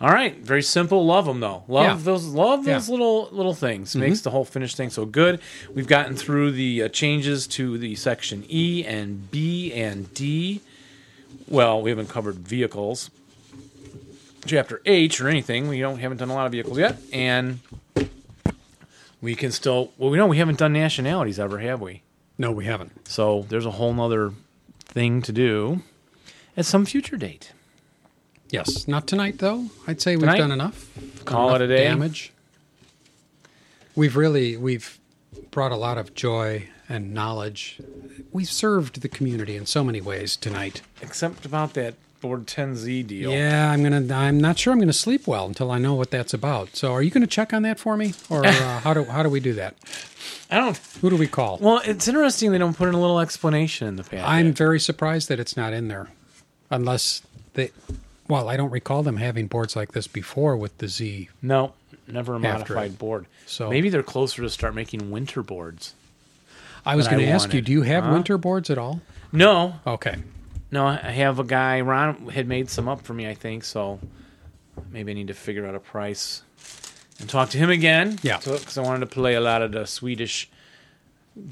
All right, very simple. Love them though. Love Yeah. those. Love Yeah. Mm-hmm. those little little things. Makes the whole finished thing so good. We've gotten through the uh, changes to the section E and B and D. Well, we haven't covered vehicles. Chapter H or anything. We don't haven't done a lot of vehicles yet, and we can still. Well, we know we haven't done nationalities ever, have we? No, we haven't. So there's a whole nother thing to do at some future date. Yes, not tonight though. I'd say Tonight? we've done enough. Done Call enough it a day. Damage. We've really we've brought a lot of joy and knowledge. We've served the community in so many ways tonight. Except about that board 10Z deal. Yeah, I'm gonna. I'm not sure I'm gonna sleep well until I know what that's about. So, are you gonna check on that for me, or uh, how do how do we do that? I don't. Who do we call? Well, it's interesting they don't put in a little explanation in the packet. I'm very surprised that it's not in there, unless they. Well, I don't recall them having boards like this before with the Z. no, never a After modified it. board. So- maybe they're closer to start making winter boards. I was But I going to ask wanted, you, do you have huh? winter boards at all? No, Okay, no, I have a guy. Ron had made some up for me, I think. So maybe I need to figure out a price and talk to him again. Yeah. because I wanted to play a lot of the Swedish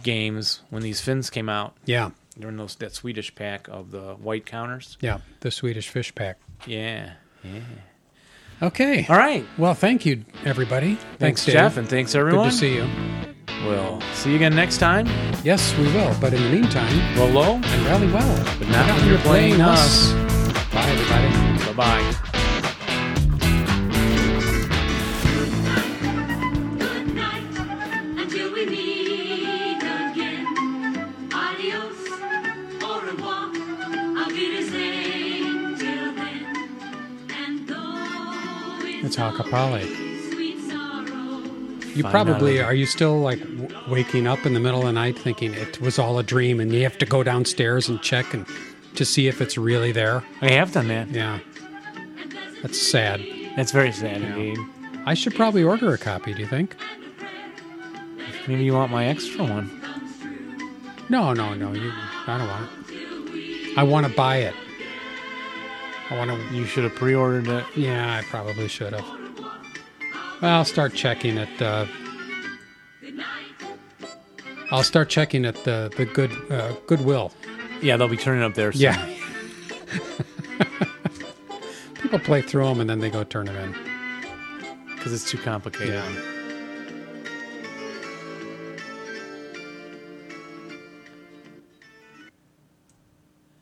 games when these fins came out yeah, during those that Swedish pack of the white counters. yeah, the Swedish fish pack. Yeah. Okay. All right. Well, thank you, everybody. Thanks, Thanks, Dave. Jeff, and thanks everyone. Good to see you. We'll see you again next time. Yes, we will. But in the meantime, Roll low. rally well. But not Look out, when you're playing us. Bye, everybody. Bye bye. Good night until we meet again. Adios, au revoir, auf Wiedersehen till then. And though It's it's Hakapale. always sweet sorrow. You Find probably out. are you still like w- waking up in the middle of the night thinking it was all a dream and you have to go downstairs and check and to see if it's really there. I have done that. Yeah. That's sad. That's very sad indeed. I should probably order a copy, do you think? Maybe you want my extra one. No, no, no. You I don't want it. I want to buy it. I want to You should have pre-ordered it. Yeah, I probably should have. Well, I'll start checking at uh I'll start checking at the the good uh, Goodwill. Yeah, they'll be turning up there. Soon. Yeah. People play through them and then they go turn them in. because it's too complicated. Yeah.